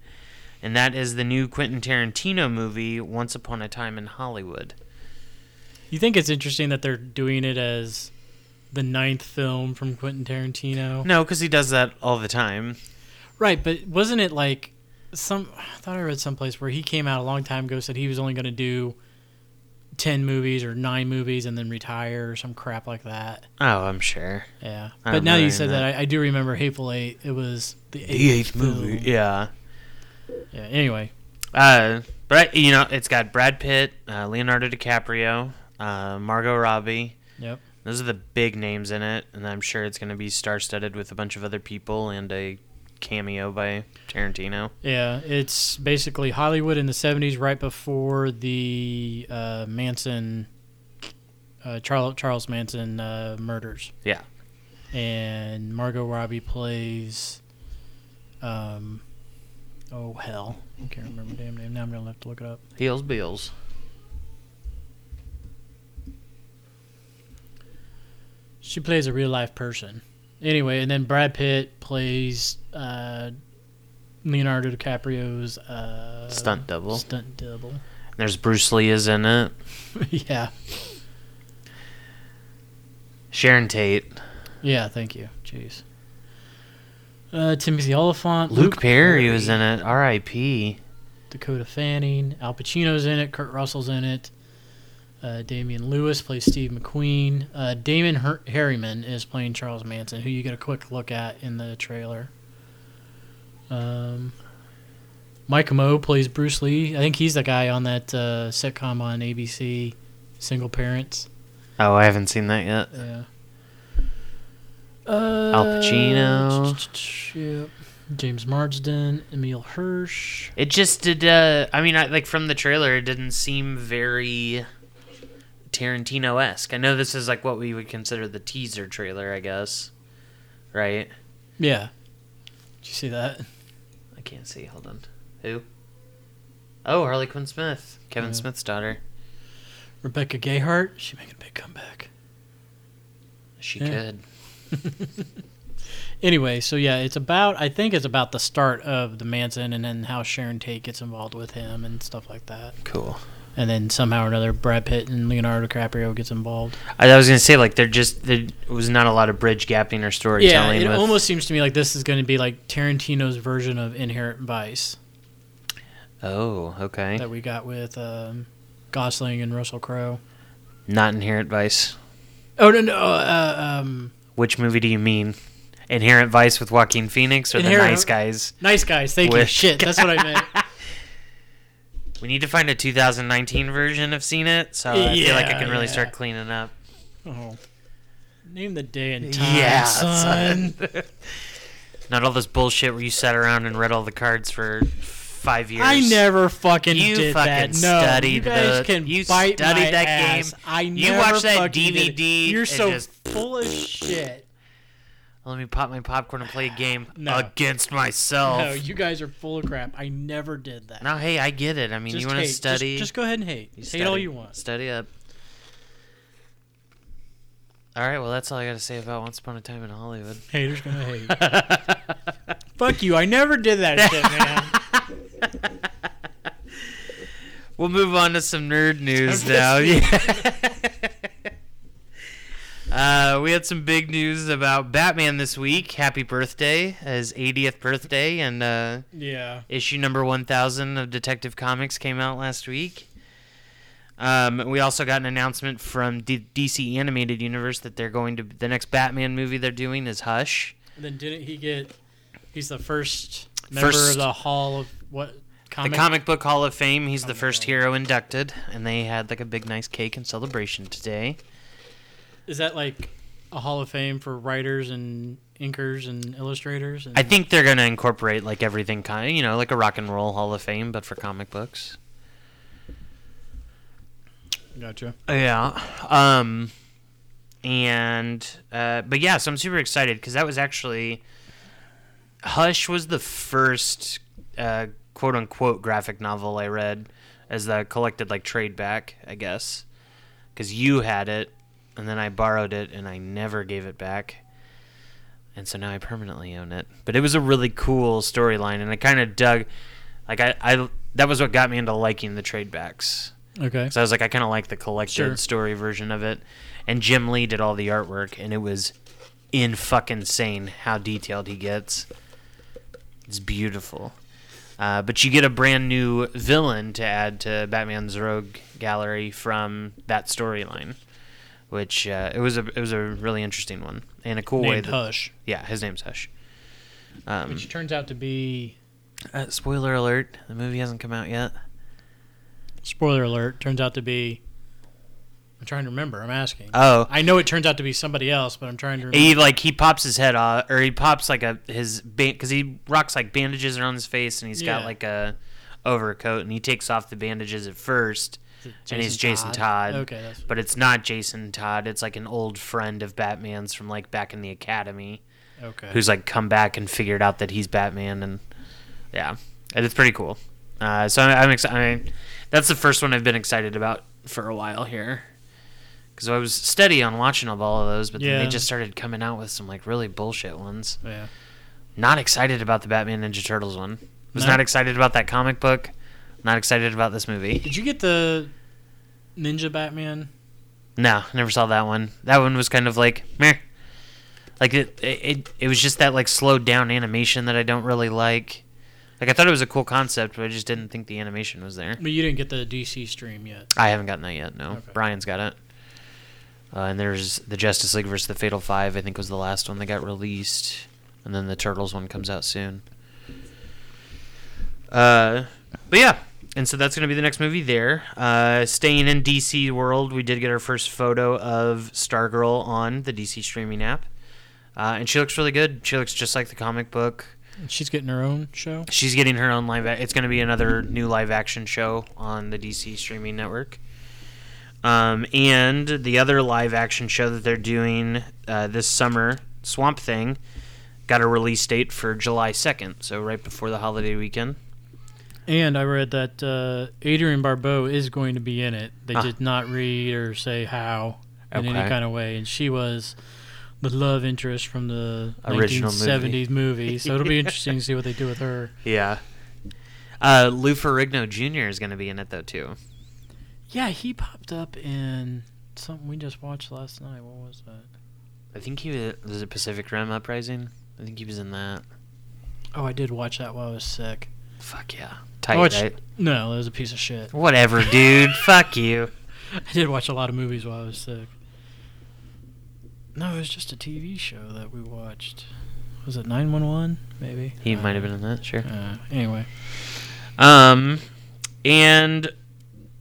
Speaker 2: And that is the new Quentin Tarantino movie, Once Upon a Time in Hollywood.
Speaker 3: You think it's interesting that they're doing it as the ninth film from Quentin Tarantino?
Speaker 2: No, because he does that all the time.
Speaker 3: Right, but wasn't it like some? I thought I read someplace where he came out a long time ago said he was only going to do ten movies or nine movies and then retire or some crap like that.
Speaker 2: Oh, I'm sure.
Speaker 3: Yeah,
Speaker 2: I
Speaker 3: but now that you
Speaker 2: remember
Speaker 3: said that,
Speaker 2: that.
Speaker 3: I, I do remember Hateful Eight. It was the eighth, film.
Speaker 2: Yeah.
Speaker 3: Yeah. Anyway,
Speaker 2: Uh, but you know, it's got Brad Pitt, uh, Leonardo DiCaprio, uh, Margot Robbie.
Speaker 3: yep.
Speaker 2: Those are the big names in it, and I'm sure it's going to be star-studded with a bunch of other people and a cameo by Tarantino.
Speaker 3: Yeah, it's basically Hollywood in the '70s, right before the uh, Manson, uh, Charles Charles Manson uh, murders.
Speaker 2: Yeah.
Speaker 3: and Margot Robbie plays, um, oh hell, I can't remember the damn name. Now I'm gonna have to look it up.
Speaker 2: Heels Bills.
Speaker 3: She plays a real life person. Anyway, and then Brad Pitt plays uh, Leonardo DiCaprio's uh,
Speaker 2: Stunt double.
Speaker 3: Stunt double.
Speaker 2: There's Bruce Lee is in it.
Speaker 3: yeah,
Speaker 2: Sharon Tate.
Speaker 3: yeah. Thank you. Jeez. Uh, Timothy Oliphant,
Speaker 2: Luke, Perry, was in it. R.I.P.
Speaker 3: Dakota Fanning, Al Pacino's in it, Kurt Russell's in it. Uh, Damian Lewis plays Steve McQueen. Uh, Damon Her- Harriman is playing Charles Manson, who you get a quick look at in the trailer. Um, Mike Moe plays Bruce Lee. I think he's the guy on that uh, sitcom on ABC, Single Parents.
Speaker 2: Oh, I haven't seen that yet.
Speaker 3: Yeah. Uh,
Speaker 2: Pacino.
Speaker 3: Yep. James Marsden, Emil Hirsch.
Speaker 2: It just did. Uh, I mean, I, like from the trailer, it didn't seem very Tarantino esque. I know this is like what we would consider the teaser trailer, I guess. Right?
Speaker 3: Yeah. Did you see that?
Speaker 2: I can't see. Hold on. Who? Oh, Harley Quinn Smith, Kevin
Speaker 3: Yeah.
Speaker 2: Smith's daughter.
Speaker 3: Rebecca Gayhart, she making a big comeback.
Speaker 2: She
Speaker 3: Yeah.
Speaker 2: could.
Speaker 3: Anyway, so yeah, it's about I think it's about the start of the Manson and then how Sharon Tate gets involved with him and stuff like that.
Speaker 2: Cool.
Speaker 3: And then somehow or another Brad Pitt and Leonardo DiCaprio gets involved.
Speaker 2: I, I was gonna say like there just there was not a lot of bridge gapping or
Speaker 3: Yeah,
Speaker 2: storytelling.
Speaker 3: it
Speaker 2: with,
Speaker 3: almost seems to me like this is going to be like Tarantino's version of Inherent Vice
Speaker 2: Oh, okay.
Speaker 3: that we got with um, Gosling and Russell Crowe.
Speaker 2: Not Inherent Vice.
Speaker 3: Oh no, no, uh, um,
Speaker 2: Which movie do you mean? Inherent Vice with Joaquin Phoenix or
Speaker 3: Inherent-
Speaker 2: the Nice Guys?
Speaker 3: Nice Guys. Thank you.
Speaker 2: With-
Speaker 3: Shit, that's what I meant.
Speaker 2: We need to find a 2019 version of Seen It, so I feel like I
Speaker 3: Yeah,
Speaker 2: can really
Speaker 3: yeah.
Speaker 2: start cleaning up.
Speaker 3: Oh. Name the day and time,
Speaker 2: Yeah,
Speaker 3: son.
Speaker 2: Not all this bullshit where you sat around and read all the cards for five years.
Speaker 3: I never fucking
Speaker 2: You
Speaker 3: did that.
Speaker 2: fucking
Speaker 3: No, you
Speaker 2: studied
Speaker 3: guys
Speaker 2: the-
Speaker 3: can
Speaker 2: you
Speaker 3: bite
Speaker 2: studied
Speaker 3: my
Speaker 2: that
Speaker 3: ass.
Speaker 2: game.
Speaker 3: I
Speaker 2: You
Speaker 3: never
Speaker 2: watched that
Speaker 3: fucking did it.
Speaker 2: DVD
Speaker 3: You're
Speaker 2: and
Speaker 3: so
Speaker 2: just-
Speaker 3: full of shit.
Speaker 2: Let me pop my popcorn and play a game
Speaker 3: No.
Speaker 2: against myself.
Speaker 3: No, you guys are full of crap. I never did that.
Speaker 2: No, hey, I get it. I mean,
Speaker 3: Just
Speaker 2: you want
Speaker 3: hate.
Speaker 2: to
Speaker 3: Just-
Speaker 2: study.
Speaker 3: Just, go ahead and hate.
Speaker 2: you
Speaker 3: hate
Speaker 2: study,
Speaker 3: all you want.
Speaker 2: Study up. All right, well, that's all I got to say about Once Upon a Time in Hollywood.
Speaker 3: Haters gonna hate. Fuck you. I never did that shit, man.
Speaker 2: We'll move on to some nerd news
Speaker 3: Time to
Speaker 2: now. Yeah. uh, we had some big news about Batman this week. Happy birthday, his 80th birthday, and uh,
Speaker 3: Yeah.
Speaker 2: issue number 1000 of Detective Comics came out last week. Um, we also got an announcement from D- DC Animated Universe that they're going to the next Batman movie they're doing is Hush.
Speaker 3: And then didn't he get? He's the first member
Speaker 2: First-
Speaker 3: of the Hall of what? Comic?
Speaker 2: The Comic Book Hall of Fame. He's the first hero inducted, and they had like a big, nice cake and celebration today.
Speaker 3: Is that like a Hall of Fame for writers and inkers and illustrators? And
Speaker 2: I think they're gonna incorporate like everything, kind of, you know, like a rock and roll Hall of Fame, but for comic books.
Speaker 3: Gotcha.
Speaker 2: Yeah. Um and uh but yeah, so I'm super excited cuz that was actually Hush was the first uh quote unquote graphic novel I read as the collected like trade back, I guess. Cuz you had it and then I borrowed it and I never gave it back. And so now I permanently own it. But it was a really cool storyline and I kind of dug like I I that was what got me into liking the trade backs.
Speaker 3: Okay.
Speaker 2: So I was like, I kind of like the collected
Speaker 3: Sure.
Speaker 2: story version of it. And Jim Lee did all the artwork, and it was in fucking sane how detailed he gets. It's beautiful. Uh, but you get a brand new villain to add to Batman's Rogue Gallery from that storyline, which uh, it was a it was a really interesting one and a cool way.
Speaker 3: Named
Speaker 2: That,
Speaker 3: Hush,
Speaker 2: Yeah, his name's Hush. Um,
Speaker 3: which turns out to be
Speaker 2: uh, spoiler alert: the movie hasn't come out yet.
Speaker 3: spoiler alert. Turns out to be. I'm trying to remember. I'm asking.
Speaker 2: Oh,
Speaker 3: I know it turns out to be somebody else, but I'm trying to remember.
Speaker 2: he like he pops his head off or he pops like a his band because he rocks like bandages around his face and he's got
Speaker 3: Yeah.
Speaker 2: like a overcoat and he takes off the bandages at first and he's Jason Todd.
Speaker 3: Okay, that's
Speaker 2: but it's not jason todd it's like an old friend of batman's from like back in the academy
Speaker 3: okay.
Speaker 2: who's like come back and figured out that he's batman and yeah and it's pretty cool uh, so i'm, I'm excited I mean, that's the first one i've been excited about for a while here because i was steady on watching of all of those but then
Speaker 3: Yeah.
Speaker 2: they just started coming out with some like really bullshit ones
Speaker 3: yeah.
Speaker 2: not excited about the Batman Ninja Turtles one. Was
Speaker 3: No.
Speaker 2: not excited about that comic book. Not excited about this movie.
Speaker 3: Did you get the Ninja Batman?
Speaker 2: No, never saw that one. That one was kind of like meh. Like it, it, it, it was just that like slowed down animation that I don't really like. Like I thought it was a cool concept, but I just didn't think the animation was there.
Speaker 3: But you didn't get the DC stream yet.
Speaker 2: I haven't gotten that yet. No,
Speaker 3: Okay.
Speaker 2: Brian's got it. Uh, and there's the Justice League versus the Fatal Five. I think was the last one that got released, and then the Turtles one comes out soon. Uh, but yeah, and so that's gonna be the next movie there. Uh, staying in DC world, we did get our first photo of Stargirl on the DC streaming app, uh, and she looks really good. She looks just like the comic book.
Speaker 3: She's getting her own show.
Speaker 2: She's getting her own live. It's going to be another new live action show on the DC streaming network. Um, and the other live action show that they're doing uh, this summer, Swamp Thing, got a release date for July second, so right before the holiday weekend.
Speaker 3: And I read that uh, Adrian Barbeau is going to be in it. They
Speaker 2: Ah.
Speaker 3: did not read or say how in
Speaker 2: Okay.
Speaker 3: any kind of way, and she was the love interest from the
Speaker 2: Original movie.
Speaker 3: 1970s movie. So it'll be interesting to see what they do with her.
Speaker 2: Yeah. Uh, Lou Ferrigno Jr. is going to be in it though too.
Speaker 3: Yeah, he popped up in something we just watched last night. What was that?
Speaker 2: I think he was, was it Pacific Rim Uprising. I think he was in that.
Speaker 3: Oh, I did watch that while I was sick.
Speaker 2: Fuck yeah, tight.
Speaker 3: watched-
Speaker 2: right?
Speaker 3: No, that was a piece of shit.
Speaker 2: Whatever, dude. Fuck you.
Speaker 3: I did watch a lot of movies while I was sick. No, it was just a TV show that we watched. Was it 911? Maybe.
Speaker 2: He
Speaker 3: Uh,
Speaker 2: might have been in that. Sure.
Speaker 3: Uh, anyway.
Speaker 2: Um, and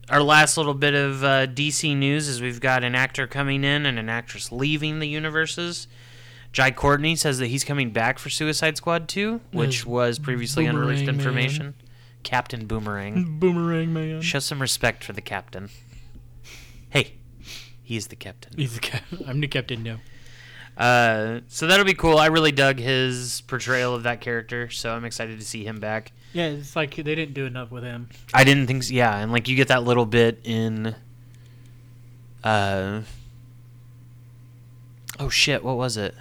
Speaker 2: our last little bit of uh, DC news is we've got an actor coming in and an actress leaving the universes. Jai Courtney says that he's coming back for Suicide Squad 2, which
Speaker 3: As
Speaker 2: was previously unreleased
Speaker 3: Mm. Boomerang Man.
Speaker 2: information. Captain Boomerang.
Speaker 3: Boomerang Man.
Speaker 2: Show some respect for the captain. Hey, he is the captain.
Speaker 3: He's the cap- I'm the captain now.
Speaker 2: Uh, so that'll be cool. I really dug his portrayal of that character, so I'm excited to see him back.
Speaker 3: Yeah, it's like they didn't do enough with him.
Speaker 2: I didn't think so. Yeah, and like you get that little bit in. Uh. Oh shit! What was it?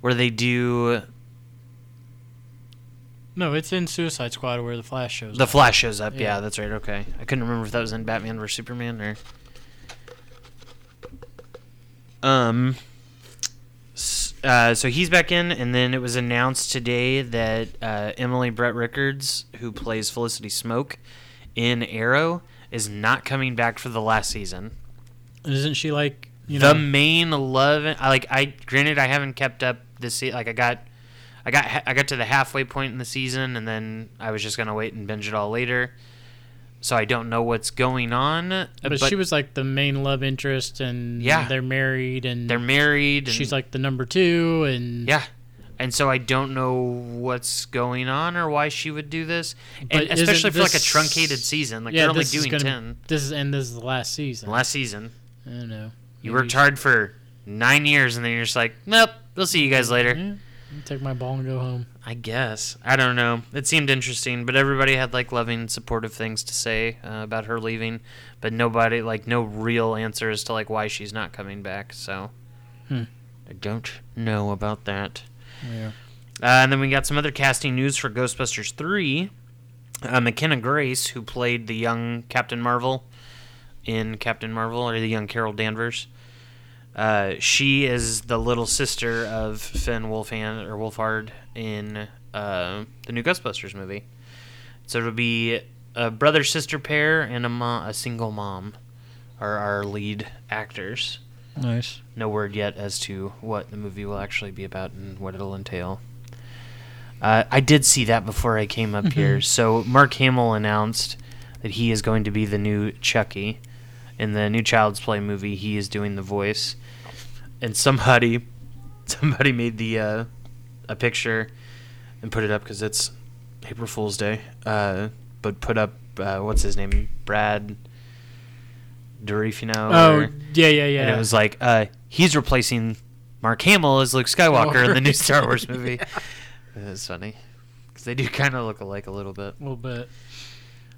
Speaker 2: Where they do
Speaker 3: No, it's in Suicide Squad where the Flash shows
Speaker 2: the
Speaker 3: up.
Speaker 2: Flash shows up? Yeah.
Speaker 3: Yeah.
Speaker 2: that's right. Okay, I couldn't remember if that was in Batman vs Superman or. Um. s- Uh, so he's back in, and then it was announced today that uh, Emily Brett Rickards, who plays Felicity Smoke in Arrow, is not coming back for the last season.
Speaker 3: And isn't she like you
Speaker 2: the
Speaker 3: know?
Speaker 2: main love, I like I granted I haven't kept up this se- like I got I got ha- I got to the halfway point in the season and then I was just going to wait and binge it all later. So I don't know what's going on. uh,
Speaker 3: But, she was like the main love interest, and
Speaker 2: Yeah.
Speaker 3: they're married, and
Speaker 2: they're married and
Speaker 3: she's like the number two, and
Speaker 2: Yeah. And so I don't know what's going on or why she would do this.
Speaker 3: But
Speaker 2: And
Speaker 3: isn't
Speaker 2: especially for like a
Speaker 3: this-
Speaker 2: truncated season. Like
Speaker 3: yeah,
Speaker 2: they're only
Speaker 3: this is
Speaker 2: doing
Speaker 3: gonna-
Speaker 2: ten.
Speaker 3: This is and this is the last season.
Speaker 2: Last season.
Speaker 3: I don't know.
Speaker 2: You
Speaker 3: Maybe
Speaker 2: worked hard for nine years and then you're just like, Nope, we'll see you guys later.
Speaker 3: Yeah. I'll Take my ball and go home.
Speaker 2: I guess. I don't know. It seemed interesting, but everybody had like loving, supportive things to say uh, about her leaving, but nobody like no real answer as to like why she's not coming back. So
Speaker 3: Hmm.
Speaker 2: I don't know about that.
Speaker 3: Yeah.
Speaker 2: Uh, and then we got some other casting news for Ghostbusters 3. Uh, McKenna Grace, who played the young Captain Marvel in Captain Marvel, or the young Carol Danvers, uh, she is the little sister of Finn Wolfhand or Wolfhard in uh, the new Ghostbusters movie. So it'll be a brother sister pair and a, mo- a single mom are our lead actors.
Speaker 3: Nice.
Speaker 2: No word yet as to what the movie will actually be about and what it'll entail. Uh, I did see that before I came up here. So Mark Hamill announced that he is going to be the new Chucky in the new Child's Play movie. He is doing the voice, and somebody, somebody made the uh, a picture and put it up because it's April Fool's Day. Uh, but put up uh, what's his name, Brad Dorifino.
Speaker 3: Oh
Speaker 2: or-
Speaker 3: yeah, yeah, yeah.
Speaker 2: and it was like uh, he's replacing Mark Hamill as Luke Skywalker in the new
Speaker 3: Skywalker.
Speaker 2: Star Wars movie. It's funny because they do kind of look alike a little bit.
Speaker 3: a little bit.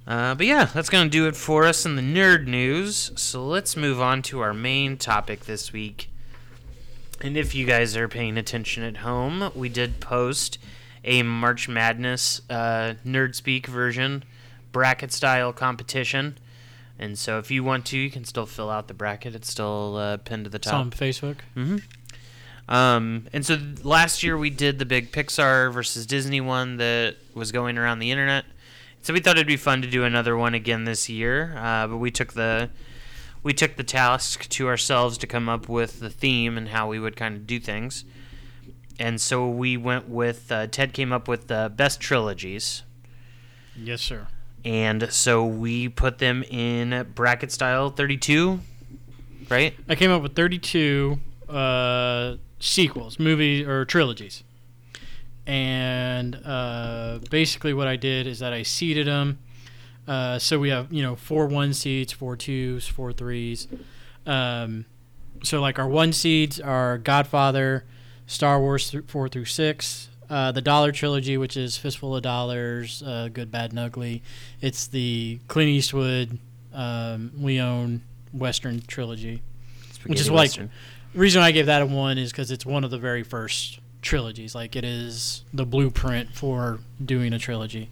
Speaker 2: Uh, but yeah, that's gonna do it for us in the nerd news. So let's move on to our main topic this week. And if you guys are paying attention at home, we did post a March Madness uh, nerd speak version bracket style competition. And so if you want to, you can still fill out the bracket. It's still uh, pinned to the
Speaker 3: It's on
Speaker 2: top.
Speaker 3: Facebook.
Speaker 2: Um, and so th- last year we did the big Pixar versus Disney one that was going around the internet. So we thought it'd be fun to do another one again this year. Uh, but we took the we took the task to ourselves to come up with the theme and how we would kind of do things. And so we went with uh, Ted came up with the best trilogies, Hmm.
Speaker 3: Yes, sir.
Speaker 2: and so we put them in bracket style thirty two, right?
Speaker 3: I came up with 32 uh, sequels, movies, or trilogies. And uh, basically, what I did is that I seeded them. Uh, so we have, you know, four one seeds, four twos, four threes. Um, so, like, our one seeds are Godfather, Star Wars th- four through six, uh, the Dollar Trilogy, which is Fistful of Dollars, uh, Good, Bad, and Ugly. It's the Clint Eastwood, um, Leone Western trilogy which is
Speaker 2: Spaghetti
Speaker 3: like
Speaker 2: Western.
Speaker 3: reason I gave that a one is because it's one of the very first trilogies. Like it is the blueprint for doing a trilogy,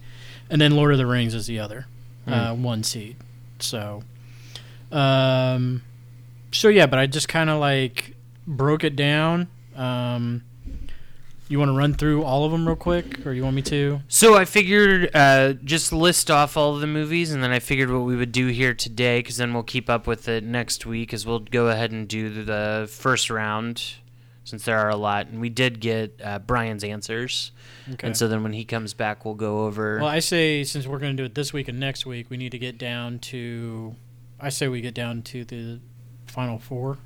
Speaker 3: and then Lord of the Rings is the other uh, one seed. So, um, so yeah, but I just kind of like broke it down. Um, you want to run through all of them real quick, or you want me to?
Speaker 2: So I figured uh, just list off all of the movies, and then I figured what we would do here today, because then we'll keep up with it next week, is we'll go ahead and do the first round, since there are a lot, and we did get uh, Brian's answers,
Speaker 3: Okay.
Speaker 2: and so then when he comes back, we'll go over.
Speaker 3: Well, I say since we're going to do it this week and next week, we need to get down to. I say we get down to the final four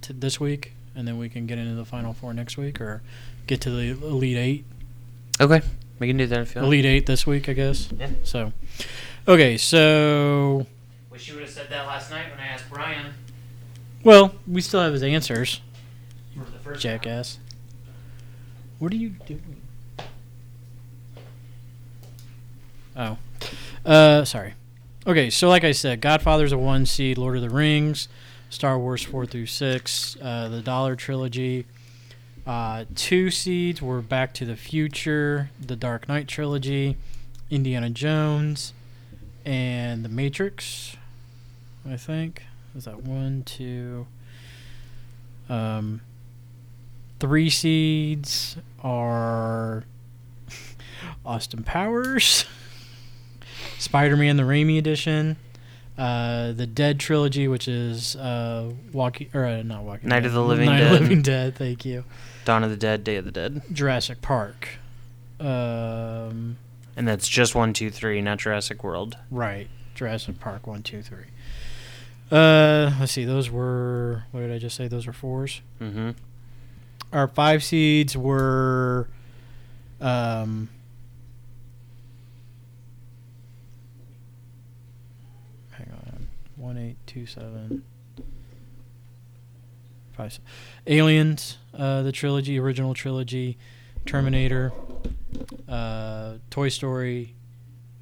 Speaker 3: to this week, and then we can get into the final four next week, or get to the elite eight.
Speaker 2: okay, we can do that if you want.
Speaker 3: Elite eight this week, I guess.
Speaker 2: Yeah.
Speaker 3: So, okay, so
Speaker 2: Wish you would have said that last night when I asked Brian
Speaker 3: well, we still have his answers,
Speaker 2: for the first
Speaker 3: jackass. What are you doing? Oh, uh, sorry. Okay, so like I said, Godfather's a one seed, Lord of the Rings, Star Wars four through six, uh, the Dollar trilogy. Uh, two seeds were Back to the Future, the Dark Knight trilogy, Indiana Jones, and The Matrix. I think is that one, two. Um, three seeds are Austin Powers. Spider Man the Raimi edition, uh, the Dead trilogy, which is uh, Walking or uh, not Walking
Speaker 2: Night
Speaker 3: Dead,
Speaker 2: of the Living
Speaker 3: Night of
Speaker 2: Dead.
Speaker 3: the Living Dead. Thank you.
Speaker 2: Dawn of the Dead, Day of the Dead,
Speaker 3: Jurassic Park. Um,
Speaker 2: and that's just one, two, three, not Jurassic World.
Speaker 3: right, Jurassic Park one, two, three. Uh, let's see. Those were what did I just say? Those were fours.
Speaker 2: Mm-hmm.
Speaker 3: our five seeds were um hang on one eight two seven five se- aliens uh the trilogy original trilogy terminator uh toy story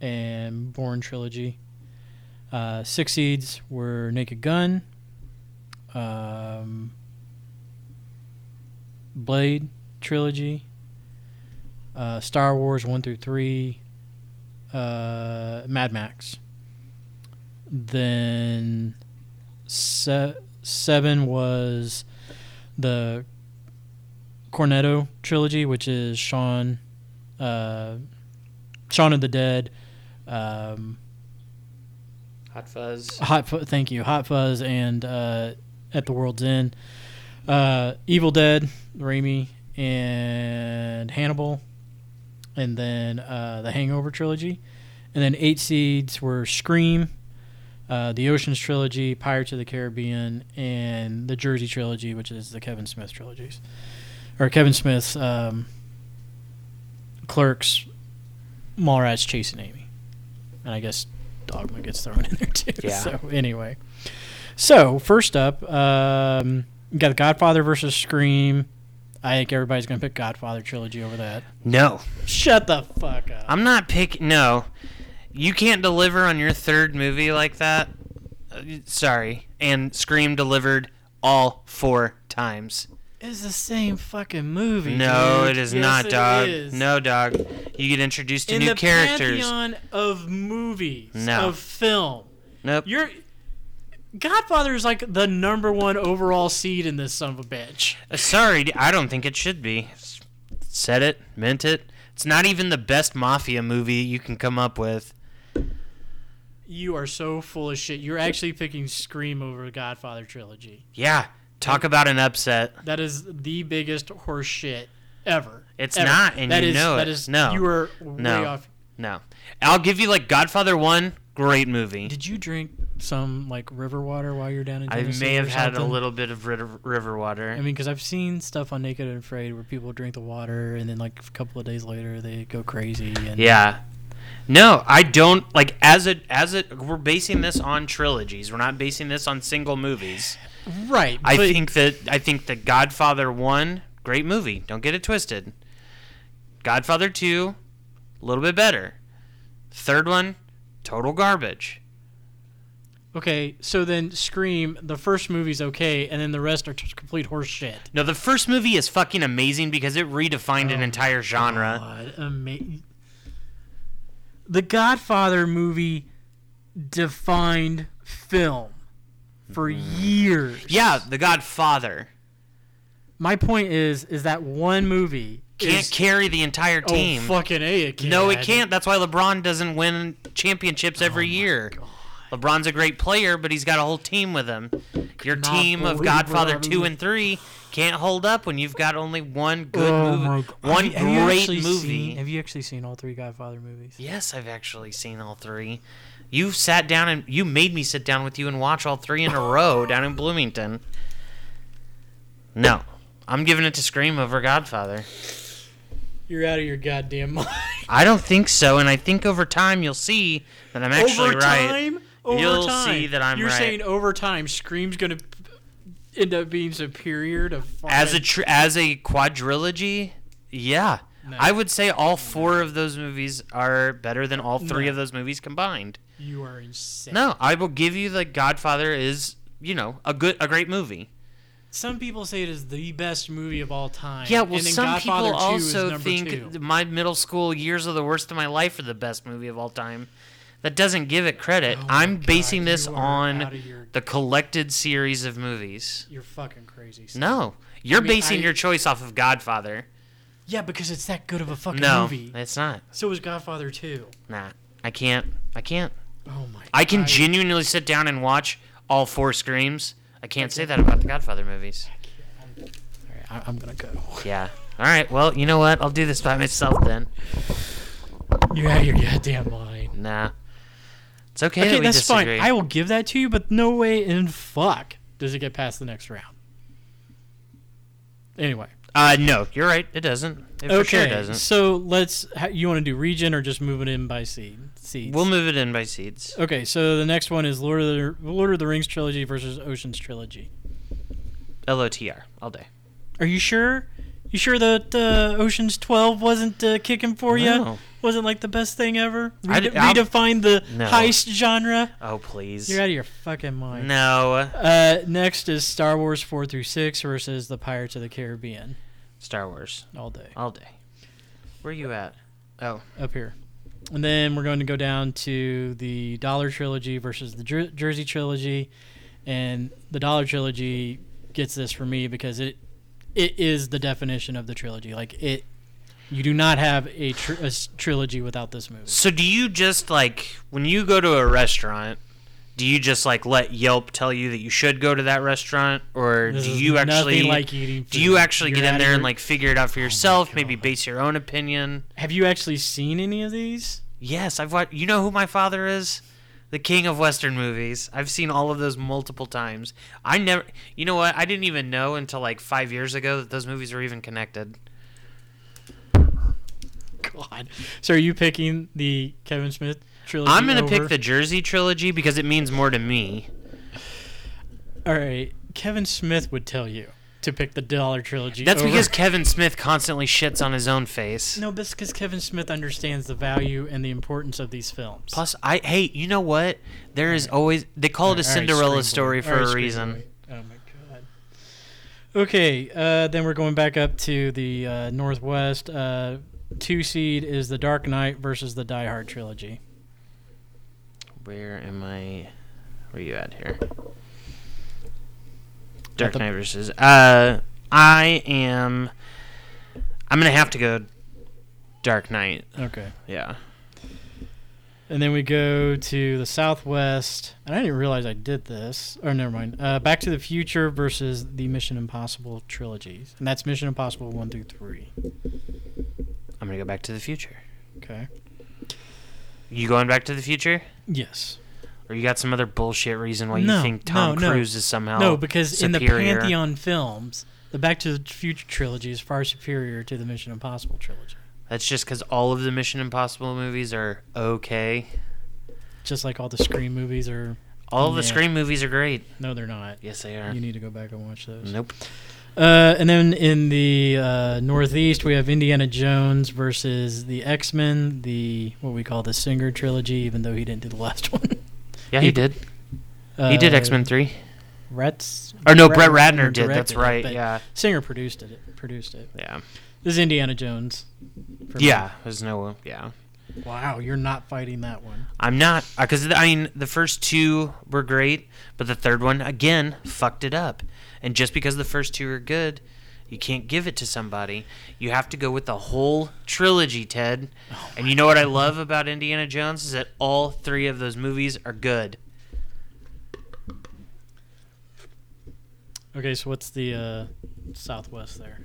Speaker 3: and born trilogy uh six seeds were naked gun um Blade trilogy, uh, Star Wars one through three, uh, Mad Max. Then se- seven was the Cornetto trilogy, which is Sean, uh, Shaun of the Dead, um,
Speaker 2: Hot Fuzz.
Speaker 3: Hot Fuzz. Thank you, Hot Fuzz, and uh, At the World's End, uh, Evil Dead, Raimi, and Hannibal, and then uh, the Hangover trilogy, and then eight seeds were Scream, uh, the Ocean's trilogy, Pirates of the Caribbean, and the Jersey trilogy, which is the Kevin Smith trilogies, or Kevin Smith's um, Clerks, Mallrats, Chasing Amy, and I guess Dogma gets thrown in there too.
Speaker 2: Yeah.
Speaker 3: So anyway, so first up, um, you got Godfather versus Scream. I think everybody's gonna pick Godfather trilogy over that.
Speaker 2: No,
Speaker 3: Shut the fuck up.
Speaker 2: I'm not picking. No, you can't deliver on your third movie like that. Uh, sorry. And Scream delivered all four times.
Speaker 3: It's the same fucking movie.
Speaker 2: No,
Speaker 3: dude.
Speaker 2: it is
Speaker 3: Mm-hmm. Yes,
Speaker 2: not,
Speaker 3: it
Speaker 2: dog.
Speaker 3: is.
Speaker 2: No, dog. You get introduced to
Speaker 3: In
Speaker 2: new
Speaker 3: the
Speaker 2: characters.
Speaker 3: pantheon of movies
Speaker 2: No.
Speaker 3: of film,
Speaker 2: Nope.
Speaker 3: you're Godfather is like the number one overall seed in this son of a bitch.
Speaker 2: Uh, Sorry, d- I don't think it should be. S- Said it, meant it. It's not even the best mafia movie you can come up with.
Speaker 3: You are so full of shit. You're actually picking Scream over Godfather trilogy.
Speaker 2: Yeah, talk about an upset.
Speaker 3: That is the biggest horse shit ever.
Speaker 2: It's
Speaker 3: Ever.
Speaker 2: not, and
Speaker 3: That
Speaker 2: you
Speaker 3: is-
Speaker 2: know
Speaker 3: that
Speaker 2: it.
Speaker 3: is-
Speaker 2: No.
Speaker 3: you are way
Speaker 2: No.
Speaker 3: off.
Speaker 2: No, I'll give you like Godfather One, great movie.
Speaker 3: Did you drink some like river water while you're down in
Speaker 2: I
Speaker 3: Tennessee?
Speaker 2: may
Speaker 3: or
Speaker 2: have had a
Speaker 3: something?
Speaker 2: little bit of rid- river water.
Speaker 3: I mean, because I've seen stuff on Naked and Afraid where people drink the water and then like a couple of days later they go crazy. And
Speaker 2: Yeah. No, I don't like as it as it we're basing this on trilogies. We're not basing this on single movies.
Speaker 3: right.
Speaker 2: I
Speaker 3: but-
Speaker 2: think that I think that Godfather 1 great movie. Don't get it twisted. Godfather 2 a little bit better. Third one total garbage.
Speaker 3: Okay, so then Scream, the first movie's okay, and then the rest are just complete horse shit.
Speaker 2: No, the first movie is fucking amazing because it redefined an entire genre.
Speaker 3: Oh God, ama- the Godfather movie defined film for years.
Speaker 2: Mm-hmm. Yeah, The Godfather
Speaker 3: My point is, is that one movie
Speaker 2: can't
Speaker 3: is-
Speaker 2: carry the entire
Speaker 3: oh,
Speaker 2: team.
Speaker 3: fucking a it can.
Speaker 2: No, it can't. That's why LeBron doesn't win championships
Speaker 3: Oh
Speaker 2: every year. LeBron's a great player, but he's got a whole team with him. Your
Speaker 3: Cannot
Speaker 2: team of
Speaker 3: believe
Speaker 2: Godfather
Speaker 3: what I
Speaker 2: two
Speaker 3: mean.
Speaker 2: and three can't hold up when you've got only one good
Speaker 3: Oh my
Speaker 2: movie,
Speaker 3: God.
Speaker 2: one
Speaker 3: Have you- have you
Speaker 2: great
Speaker 3: actually
Speaker 2: movie.
Speaker 3: seen- have you actually seen all three Godfather movies?
Speaker 2: yes, I've actually seen all three. You sat down and you made me sit down with you and watch all three in a row down in Bloomington. No, I'm giving it to Scream over Godfather.
Speaker 3: You're out of your goddamn mind.
Speaker 2: I don't think so, and I think over time you'll see that I'm actually
Speaker 3: over
Speaker 2: right.
Speaker 3: time, over
Speaker 2: You'll
Speaker 3: time.
Speaker 2: see that I'm
Speaker 3: You're
Speaker 2: right.
Speaker 3: saying over time, Scream's gonna p- end up being superior to fucking-
Speaker 2: as a tr- as a quadrilogy, yeah,
Speaker 3: No.
Speaker 2: I would say all four of those movies are better than all three
Speaker 3: No.
Speaker 2: of those movies combined.
Speaker 3: you are insane.
Speaker 2: No, I will give you that Godfather is you know a good a great movie.
Speaker 3: Some people say it is the best movie of all time.
Speaker 2: Yeah, well,
Speaker 3: and then
Speaker 2: some
Speaker 3: Godfather
Speaker 2: people
Speaker 3: 2 is
Speaker 2: also
Speaker 3: number
Speaker 2: think
Speaker 3: two.
Speaker 2: th- my middle school years are the worst of my life are the best movie of all time. That doesn't give it credit.
Speaker 3: Oh my
Speaker 2: I'm basing
Speaker 3: God,
Speaker 2: this
Speaker 3: you are
Speaker 2: on
Speaker 3: outta your-
Speaker 2: the collected series of movies.
Speaker 3: you're fucking crazy. Steve.
Speaker 2: No, you're
Speaker 3: mean,
Speaker 2: basing
Speaker 3: I-
Speaker 2: your choice off of Godfather.
Speaker 3: Yeah, because it's that good of a fucking
Speaker 2: No,
Speaker 3: movie.
Speaker 2: it's not.
Speaker 3: So is Godfather 2.
Speaker 2: Nah, I can't. I can't.
Speaker 3: Oh my!
Speaker 2: I can
Speaker 3: God.
Speaker 2: genuinely sit down and watch all four screams. I can't say that about the Godfather movies.
Speaker 3: All right, I, I'm gonna go.
Speaker 2: Yeah. All right. Well, you know what? I'll do this by myself then.
Speaker 3: You're out of your goddamn mind.
Speaker 2: Nah. It's okay.
Speaker 3: Okay,
Speaker 2: that we
Speaker 3: that's
Speaker 2: disagree.
Speaker 3: fine. I will give that to you, but no way in fuck does it get past the next round. Anyway,
Speaker 2: Uh, no, you're right. It doesn't. It for sure doesn't.
Speaker 3: so let's. ha- You want to do region or just move it in by seed? Seeds.
Speaker 2: We'll move it in by seeds.
Speaker 3: okay, so the next one is Lord of the Lord of the Rings trilogy versus Ocean's trilogy.
Speaker 2: LOTR all day.
Speaker 3: Are you sure? You sure that uh, Ocean's Twelve wasn't uh, kicking for you?
Speaker 2: No.
Speaker 3: Wasn't like the best thing ever.
Speaker 2: I
Speaker 3: Rede-
Speaker 2: d- I'll-
Speaker 3: redefined the
Speaker 2: No.
Speaker 3: heist genre.
Speaker 2: Oh please.
Speaker 3: You're out of your fucking mind.
Speaker 2: no.
Speaker 3: Uh, next is Star Wars four through six versus the Pirates of the Caribbean
Speaker 2: Star Wars
Speaker 3: all day
Speaker 2: all day. Where you at? Oh.
Speaker 3: up here, and then we're going to go down to the Dollar trilogy versus the Jer- Jersey trilogy, and the Dollar trilogy gets this for me because it it is the definition of the trilogy. Like it, you do not have a, tr- a s- trilogy without this movie.
Speaker 2: So do you just like when you go to a restaurant? Do you just like let Yelp tell you that you should go to that restaurant, or
Speaker 3: This
Speaker 2: do
Speaker 3: is
Speaker 2: you
Speaker 3: nothing
Speaker 2: actually
Speaker 3: like eating
Speaker 2: do you
Speaker 3: food.
Speaker 2: actually
Speaker 3: You're
Speaker 2: get
Speaker 3: out
Speaker 2: in
Speaker 3: of
Speaker 2: there and
Speaker 3: your- Oh
Speaker 2: like figure it out for yourself? maybe base your own opinion.
Speaker 3: Have you actually seen any of these?
Speaker 2: Yes, I've watched. You know who my father is? The king of Western movies. I've seen all of those multiple times. I never. You know what? I didn't even know until like five years ago that those movies were even connected.
Speaker 3: God. So are you picking the Kevin Smith trilogy?
Speaker 2: I'm gonna
Speaker 3: over-
Speaker 2: pick the Jersey trilogy because it means more to me.
Speaker 3: All right, Kevin Smith would tell you to pick the Dollar trilogy.
Speaker 2: That's
Speaker 3: over-
Speaker 2: because Kevin Smith constantly shits on his own face.
Speaker 3: no, that's because Kevin Smith understands the value and the importance of these films.
Speaker 2: Plus, I hey, you know what? There is always they call it a
Speaker 3: All right,
Speaker 2: Cinderella
Speaker 3: Screen
Speaker 2: story
Speaker 3: Boy.
Speaker 2: for
Speaker 3: All right,
Speaker 2: a
Speaker 3: Screen
Speaker 2: reason.
Speaker 3: Boy. Oh my god. Okay, uh, then we're going back up to the uh, Northwest. Uh, two seed is the Dark Knight versus the Die Hard trilogy.
Speaker 2: Where am I? Where you at here? Dark
Speaker 3: the-
Speaker 2: Knight versus. Uh, I am. I'm gonna have to go. Dark Knight.
Speaker 3: Okay.
Speaker 2: Yeah.
Speaker 3: And then we go to the Southwest. And I didn't realize I did this. Or never mind. Uh, Back to the Future versus the Mission Impossible trilogies. And that's Mission Impossible 1 through 3.
Speaker 2: I'm gonna go Back to the Future.
Speaker 3: Okay.
Speaker 2: You going Back to the Future?
Speaker 3: Yes.
Speaker 2: Or you got some other bullshit reason why
Speaker 3: No,
Speaker 2: you think Tom
Speaker 3: no, no.
Speaker 2: Cruise is somehow
Speaker 3: no, because in the
Speaker 2: superior?
Speaker 3: Pantheon films, the Back to the Future trilogy is far superior to the Mission Impossible trilogy.
Speaker 2: That's just because all of the Mission Impossible movies are okay.
Speaker 3: Just like all the Scream movies are.
Speaker 2: All the
Speaker 3: Yeah.
Speaker 2: Scream movies are great.
Speaker 3: No, they're not.
Speaker 2: Yes, they are.
Speaker 3: You need to go back and watch those.
Speaker 2: Nope.
Speaker 3: Uh, and then in the uh, Northeast, we have Indiana Jones versus the X Men, the what we call the Singer trilogy, even though he didn't do the last one.
Speaker 2: Yeah, he
Speaker 3: He-
Speaker 2: did. He did
Speaker 3: Uh,
Speaker 2: X Men Three.
Speaker 3: Rats.
Speaker 2: Or no, Brett Ratner did.
Speaker 3: directed
Speaker 2: That's
Speaker 3: it,
Speaker 2: right.
Speaker 3: but
Speaker 2: Yeah.
Speaker 3: Singer produced it. Produced it.
Speaker 2: Yeah.
Speaker 3: This is Indiana Jones. for me.
Speaker 2: Yeah. There's no. Yeah.
Speaker 3: Wow, you're not fighting that one.
Speaker 2: I'm not because I mean the first two were great, but the third one again fucked it up. And just because the first two are good, you can't give it to somebody. You have to go with the whole trilogy, Ted.
Speaker 3: Oh
Speaker 2: and you know what I love about Indiana Jones is that all three of those movies are good.
Speaker 3: Okay, so what's the uh, Southwest there?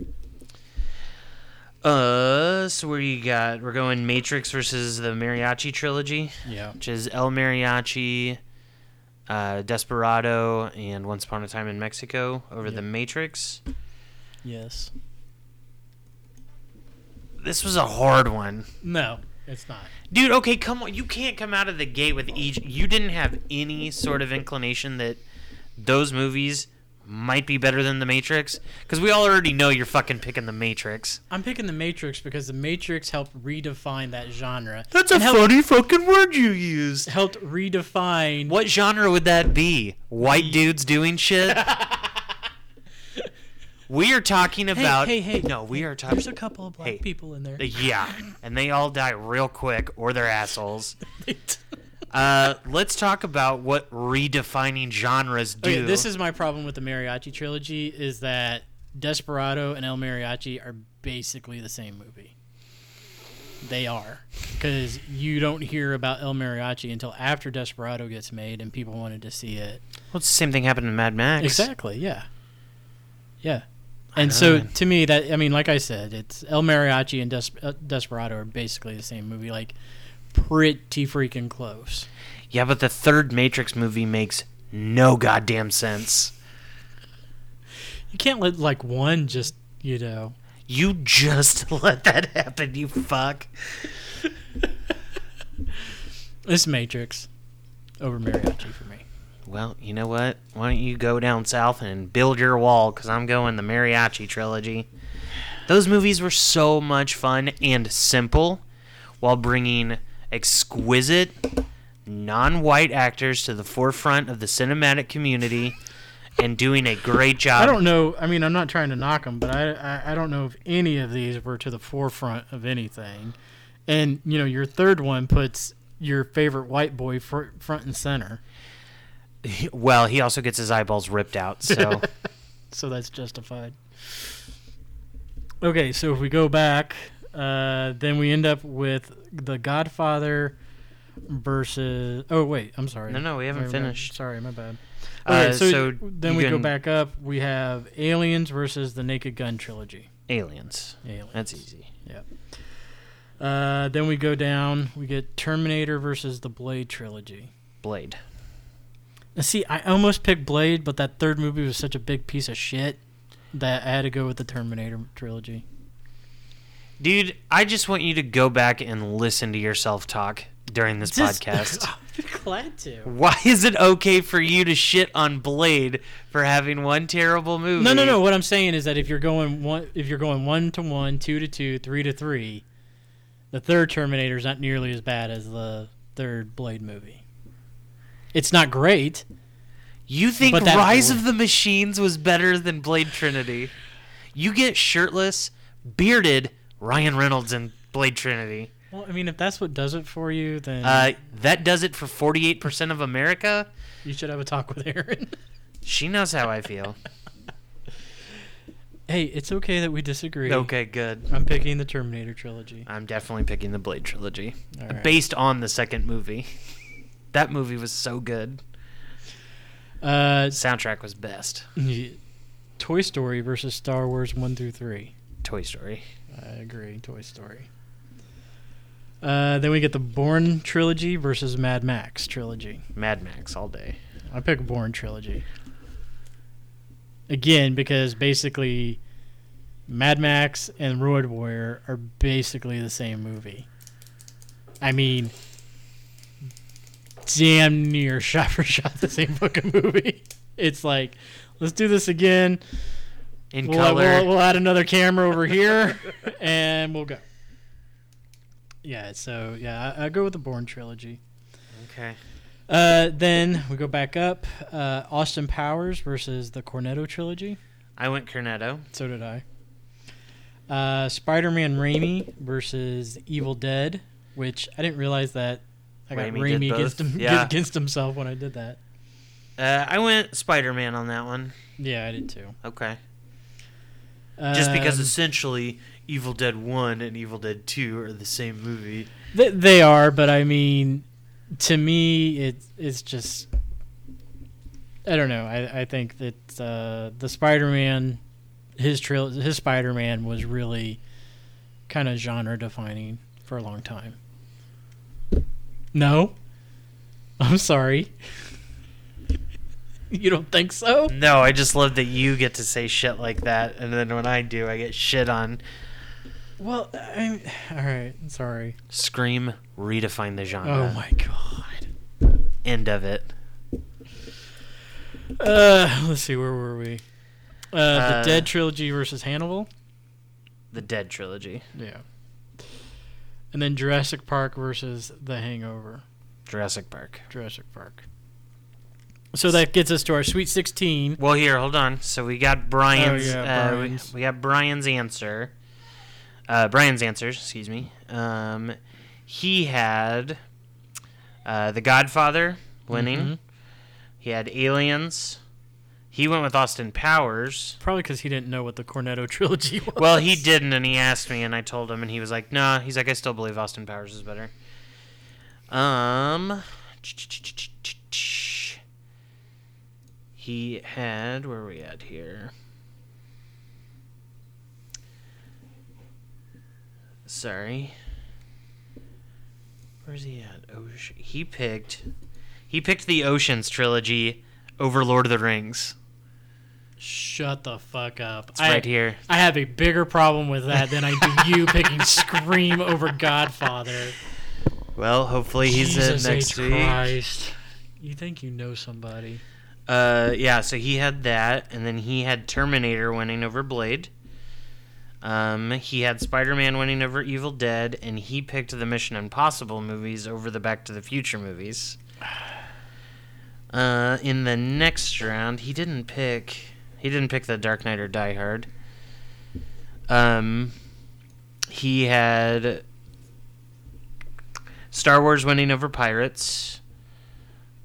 Speaker 2: Uh, so where you got? We're going Matrix versus the Mariachi trilogy.
Speaker 3: Yeah.
Speaker 2: which is El Mariachi, uh, Desperado, and Once Upon a Time in Mexico over The
Speaker 3: Yep.
Speaker 2: Matrix.
Speaker 3: Yes.
Speaker 2: This was a hard one.
Speaker 3: No, it's not.
Speaker 2: Dude, okay, come on. You can't come out of the gate with each. You didn't have any sort of inclination that those movies might be better than The Matrix? Because we all already know you're fucking picking The Matrix.
Speaker 3: I'm picking The Matrix because The Matrix helped redefine that genre.
Speaker 2: That's a funny fucking word you used.
Speaker 3: Helped redefine.
Speaker 2: What genre would that be? White dudes doing shit? we are talking about.
Speaker 3: hey, hey,
Speaker 2: No, we are talking.
Speaker 3: There's a couple of black
Speaker 2: Hey.
Speaker 3: people in there.
Speaker 2: Yeah, and they all die real quick, or they're assholes. Uh, let's talk about what redefining genres do.
Speaker 3: Okay, Oh, this is my problem with the Mariachi trilogy is that Desperado and El Mariachi are basically the same movie. they are because you don't hear about El Mariachi until after Desperado gets made and people wanted to see it.
Speaker 2: Well, it's the same thing happened in Mad Max.
Speaker 3: Exactly. Yeah. Yeah.
Speaker 2: I
Speaker 3: And
Speaker 2: know,
Speaker 3: so
Speaker 2: man.
Speaker 3: to me, that I mean, like I said, it's El Mariachi and Des- uh, Desperado are basically the same movie, like pretty freaking close.
Speaker 2: Yeah, but the third Matrix movie makes no goddamn sense.
Speaker 3: You can't let like one just you know.
Speaker 2: You just let that happen, you fuck.
Speaker 3: This Matrix over Mariachi for me.
Speaker 2: Well, you know what? Why don't you go down south and build your wall? Because I'm going the Mariachi trilogy. Those movies were so much fun and simple while bringing exquisite, non white actors to the forefront of the cinematic community and doing a great job.
Speaker 3: I don't know. I mean, I'm not trying to knock them, but I, I I don't know if any of these were to the forefront of anything. And you know, your third one puts your favorite white boy fr- front and center,
Speaker 2: Well, he also gets his eyeballs ripped out, so.
Speaker 3: so that's justified. Okay, so if we go back, uh, then we end up with The Godfather versus. Oh wait, I'm sorry.
Speaker 2: No, no, we haven't
Speaker 3: Wait, my-
Speaker 2: finished.
Speaker 3: Sorry, my bad.
Speaker 2: Uh,
Speaker 3: Okay, so,
Speaker 2: so
Speaker 3: then
Speaker 2: you
Speaker 3: we go
Speaker 2: can-
Speaker 3: back up. We have Aliens versus the Naked Gun trilogy.
Speaker 2: Aliens.
Speaker 3: Aliens.
Speaker 2: That's easy.
Speaker 3: Uh, then we go down. We get Terminator versus the Blade trilogy.
Speaker 2: Blade.
Speaker 3: Now, See, I almost picked Blade, but that third movie was such a big piece of shit that I had to go with the Terminator trilogy.
Speaker 2: Dude, I just want you to go back and listen to yourself talk during this podcast.
Speaker 3: I'd be glad to.
Speaker 2: Why is it okay for you to shit on Blade for having one terrible movie?
Speaker 3: No, no, no. What I'm saying is that if you're going one, if you're going one to one, two to two, three to three, the third Terminator is not nearly as bad as the third Blade movie. It's not great.
Speaker 2: You think
Speaker 3: But that-
Speaker 2: Rise of the Machines was better than Blade Trinity? You get shirtless, bearded Ryan Reynolds in Blade Trinity.
Speaker 3: Well, I mean, if that's what does it for you, then
Speaker 2: Uh, that does it for 48% of America.
Speaker 3: you should have a talk with Aaron.
Speaker 2: She knows how I feel.
Speaker 3: Hey, it's okay that we disagree.
Speaker 2: Okay, good.
Speaker 3: I'm picking the Terminator trilogy.
Speaker 2: I'm definitely picking the Blade trilogy
Speaker 3: All right.
Speaker 2: based on the second movie. that movie was so good.
Speaker 3: Uh,
Speaker 2: Soundtrack was best.
Speaker 3: y- Toy Story versus Star Wars 1 through 3.
Speaker 2: Toy Story.
Speaker 3: I agree, Toy Story. Uh, then we get the Bourne trilogy versus Mad Max trilogy.
Speaker 2: Mad Max all day.
Speaker 3: I pick Bourne trilogy. Again, because basically Mad Max and Road Warrior are basically the same movie. I mean, damn near shot for shot the same fucking movie. It's like, let's do this again.
Speaker 2: In
Speaker 3: We'll,
Speaker 2: color.
Speaker 3: we'll, we'll add another camera over here and we'll go. Yeah, so yeah, I, I go with the Bourne trilogy.
Speaker 2: okay.
Speaker 3: Uh, then we go back up. Uh, Austin Powers versus the Cornetto trilogy.
Speaker 2: I went Cornetto.
Speaker 3: So did I. Uh, Spider-Man Raimi versus Evil Dead, which I didn't realize that I got
Speaker 2: Raimi did
Speaker 3: Raimi against,
Speaker 2: both.
Speaker 3: him,
Speaker 2: Yeah.
Speaker 3: against himself when I did that.
Speaker 2: Uh, I went Spider Man on that one.
Speaker 3: Yeah, I did too.
Speaker 2: Okay. Just because
Speaker 3: Um,
Speaker 2: essentially Evil Dead 1 and Evil Dead 2 are the same movie.
Speaker 3: They, they are, but I mean, to me, it it's just I don't know. I, I think that uh, the Spider-Man, his trail, his Spider-Man was really kind of genre-defining for a long time. No, I'm sorry. you don't think so?
Speaker 2: No, I just love that you get to say shit like that, and then when I do, I get shit on.
Speaker 3: Well, I'm all right. Sorry.
Speaker 2: Scream redefine the genre.
Speaker 3: Oh my god.
Speaker 2: End of it.
Speaker 3: Uh, let's see. Where were we? Uh, the
Speaker 2: Uh,
Speaker 3: Dead trilogy versus Hannibal.
Speaker 2: The Dead trilogy.
Speaker 3: Yeah. And then Jurassic Park versus The Hangover.
Speaker 2: Jurassic Park.
Speaker 3: Jurassic Park. So that gets us to our Sweet 16.
Speaker 2: Well, here, hold on. So we got Brian's.
Speaker 3: Oh, yeah,
Speaker 2: uh, we-
Speaker 3: Brian's.
Speaker 2: We, got Brian's answer. Uh, Brian's answers, excuse me. Um, he had
Speaker 3: Mm-hmm.
Speaker 2: uh, The Godfather winning.
Speaker 3: Mhm.
Speaker 2: He had Aliens. He went with Austin Powers.
Speaker 3: Probably because he didn't know what the Cornetto trilogy was.
Speaker 2: Well, he didn't, and he asked me, and I told him, and he was like, "Nah." He's like, "I still believe Austin Powers is better." Um, he had where are we at here? Sorry, where's he at? Ocean. He picked. He picked the Ocean's trilogy over Lord of the Rings.
Speaker 3: Shut the fuck up.
Speaker 2: It's
Speaker 3: I,
Speaker 2: right here.
Speaker 3: I have a bigger problem with that than I do you picking Scream over Godfather.
Speaker 2: Well, hopefully he's
Speaker 3: Jesus
Speaker 2: in uh, next
Speaker 3: H.
Speaker 2: week.
Speaker 3: Christ. You think you know somebody.
Speaker 2: Uh, yeah, so he had that, and then he had Terminator winning over Blade. Um, he had Spider Man winning over Evil Dead, and he picked the Mission Impossible movies over the Back to the Future movies. Uh, in the next round, he didn't pick. He didn't pick the Dark Knight or Die Hard. Um, he had Star Wars winning over Pirates.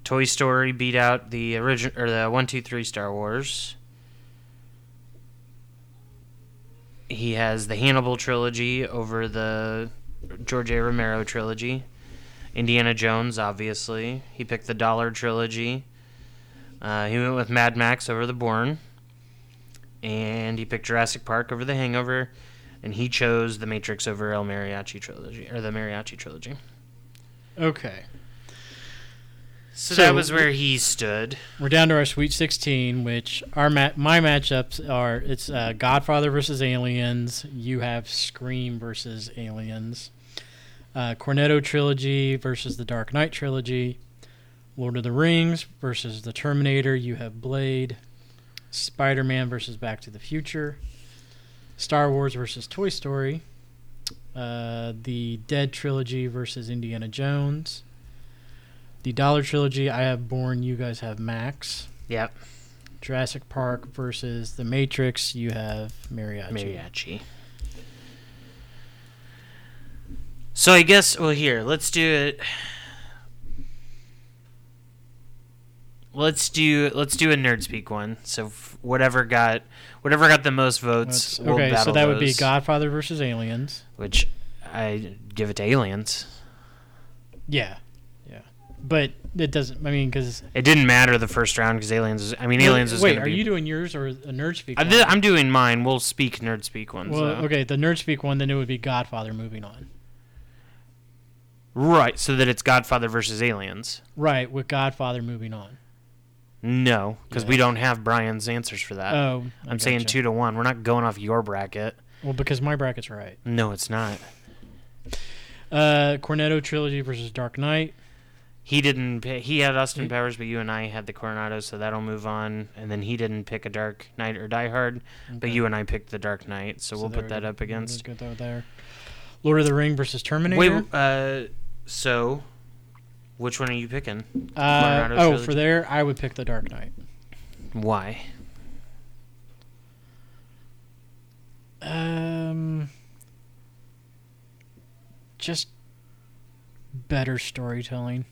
Speaker 2: Toy Story beat out the origin or the one two three Star Wars. He has the Hannibal trilogy over the George A. Romero trilogy. Indiana Jones, obviously. He picked the Dollar trilogy. Uh, he went with Mad Max over the Bourne. And he picked Jurassic Park over the Hangover. And he chose the Matrix over El Mariachi trilogy or the Mariachi trilogy.
Speaker 3: Okay.
Speaker 2: So,
Speaker 3: So-
Speaker 2: that was where he stood.
Speaker 3: We're down to our Sweet 16, which our ma- my matchups are it's uh, Godfather versus Aliens. You have Scream versus Aliens, uh, Cornetto trilogy versus the Dark Knight trilogy, Lord of the Rings versus the Terminator. You have Blade, Spider Man versus Back to the Future, Star Wars versus Toy Story, uh, the Dead trilogy versus Indiana Jones the Dollar Trilogy. I have Born. You guys have Max.
Speaker 2: Yep.
Speaker 3: Jurassic Park versus The Matrix. You have Mariachi.
Speaker 2: Mariachi. So I guess well here, let's do it. Let's do let's do a nerd speak one. So f- whatever got whatever got the most votes.
Speaker 3: That's-
Speaker 2: we'll
Speaker 3: okay, so
Speaker 2: battle
Speaker 3: that would be
Speaker 2: those,
Speaker 3: Godfather versus Aliens.
Speaker 2: which I give it to aliens.
Speaker 3: Yeah, yeah, but it doesn't. I mean, because
Speaker 2: It didn't matter the first round because aliens. Was, I mean aliens is
Speaker 3: Wait,
Speaker 2: gonna
Speaker 3: are
Speaker 2: be.
Speaker 3: you doing yours or a nerd speak?
Speaker 2: I
Speaker 3: one?
Speaker 2: did- I'm doing mine. We'll speak nerd speak ones.
Speaker 3: well,
Speaker 2: though.
Speaker 3: okay, the nerd speak one. Then it would be Godfather. Moving on.
Speaker 2: Right, so that it's Godfather versus aliens.
Speaker 3: Right, with Godfather moving on.
Speaker 2: No, because
Speaker 3: Yeah.
Speaker 2: we don't have Brian's answers for that.
Speaker 3: oh, I
Speaker 2: Uh, I'm saying
Speaker 3: gotcha.
Speaker 2: two to one. We're not going off your bracket.
Speaker 3: Well, because my bracket's right.
Speaker 2: No, it's not.
Speaker 3: Uh, Cornetto trilogy versus Dark Knight.
Speaker 2: He didn't. Pick, he had Austin Powers, but you and I had the Coronado, so that'll move on. And then he didn't pick a Dark Knight or Die Hard, but
Speaker 3: Okay.
Speaker 2: you and I picked the Dark Knight, so,
Speaker 3: So
Speaker 2: we'll
Speaker 3: there
Speaker 2: put
Speaker 3: we
Speaker 2: that
Speaker 3: go.
Speaker 2: up against.
Speaker 3: We'll go there. Lord of the Ring versus Terminator.
Speaker 2: Wait, uh, so which one are you picking?
Speaker 3: Uh,
Speaker 2: Coronado
Speaker 3: oh,
Speaker 2: trilogy.
Speaker 3: for there, I would pick the Dark Knight.
Speaker 2: Why?
Speaker 3: Um, just better storytelling,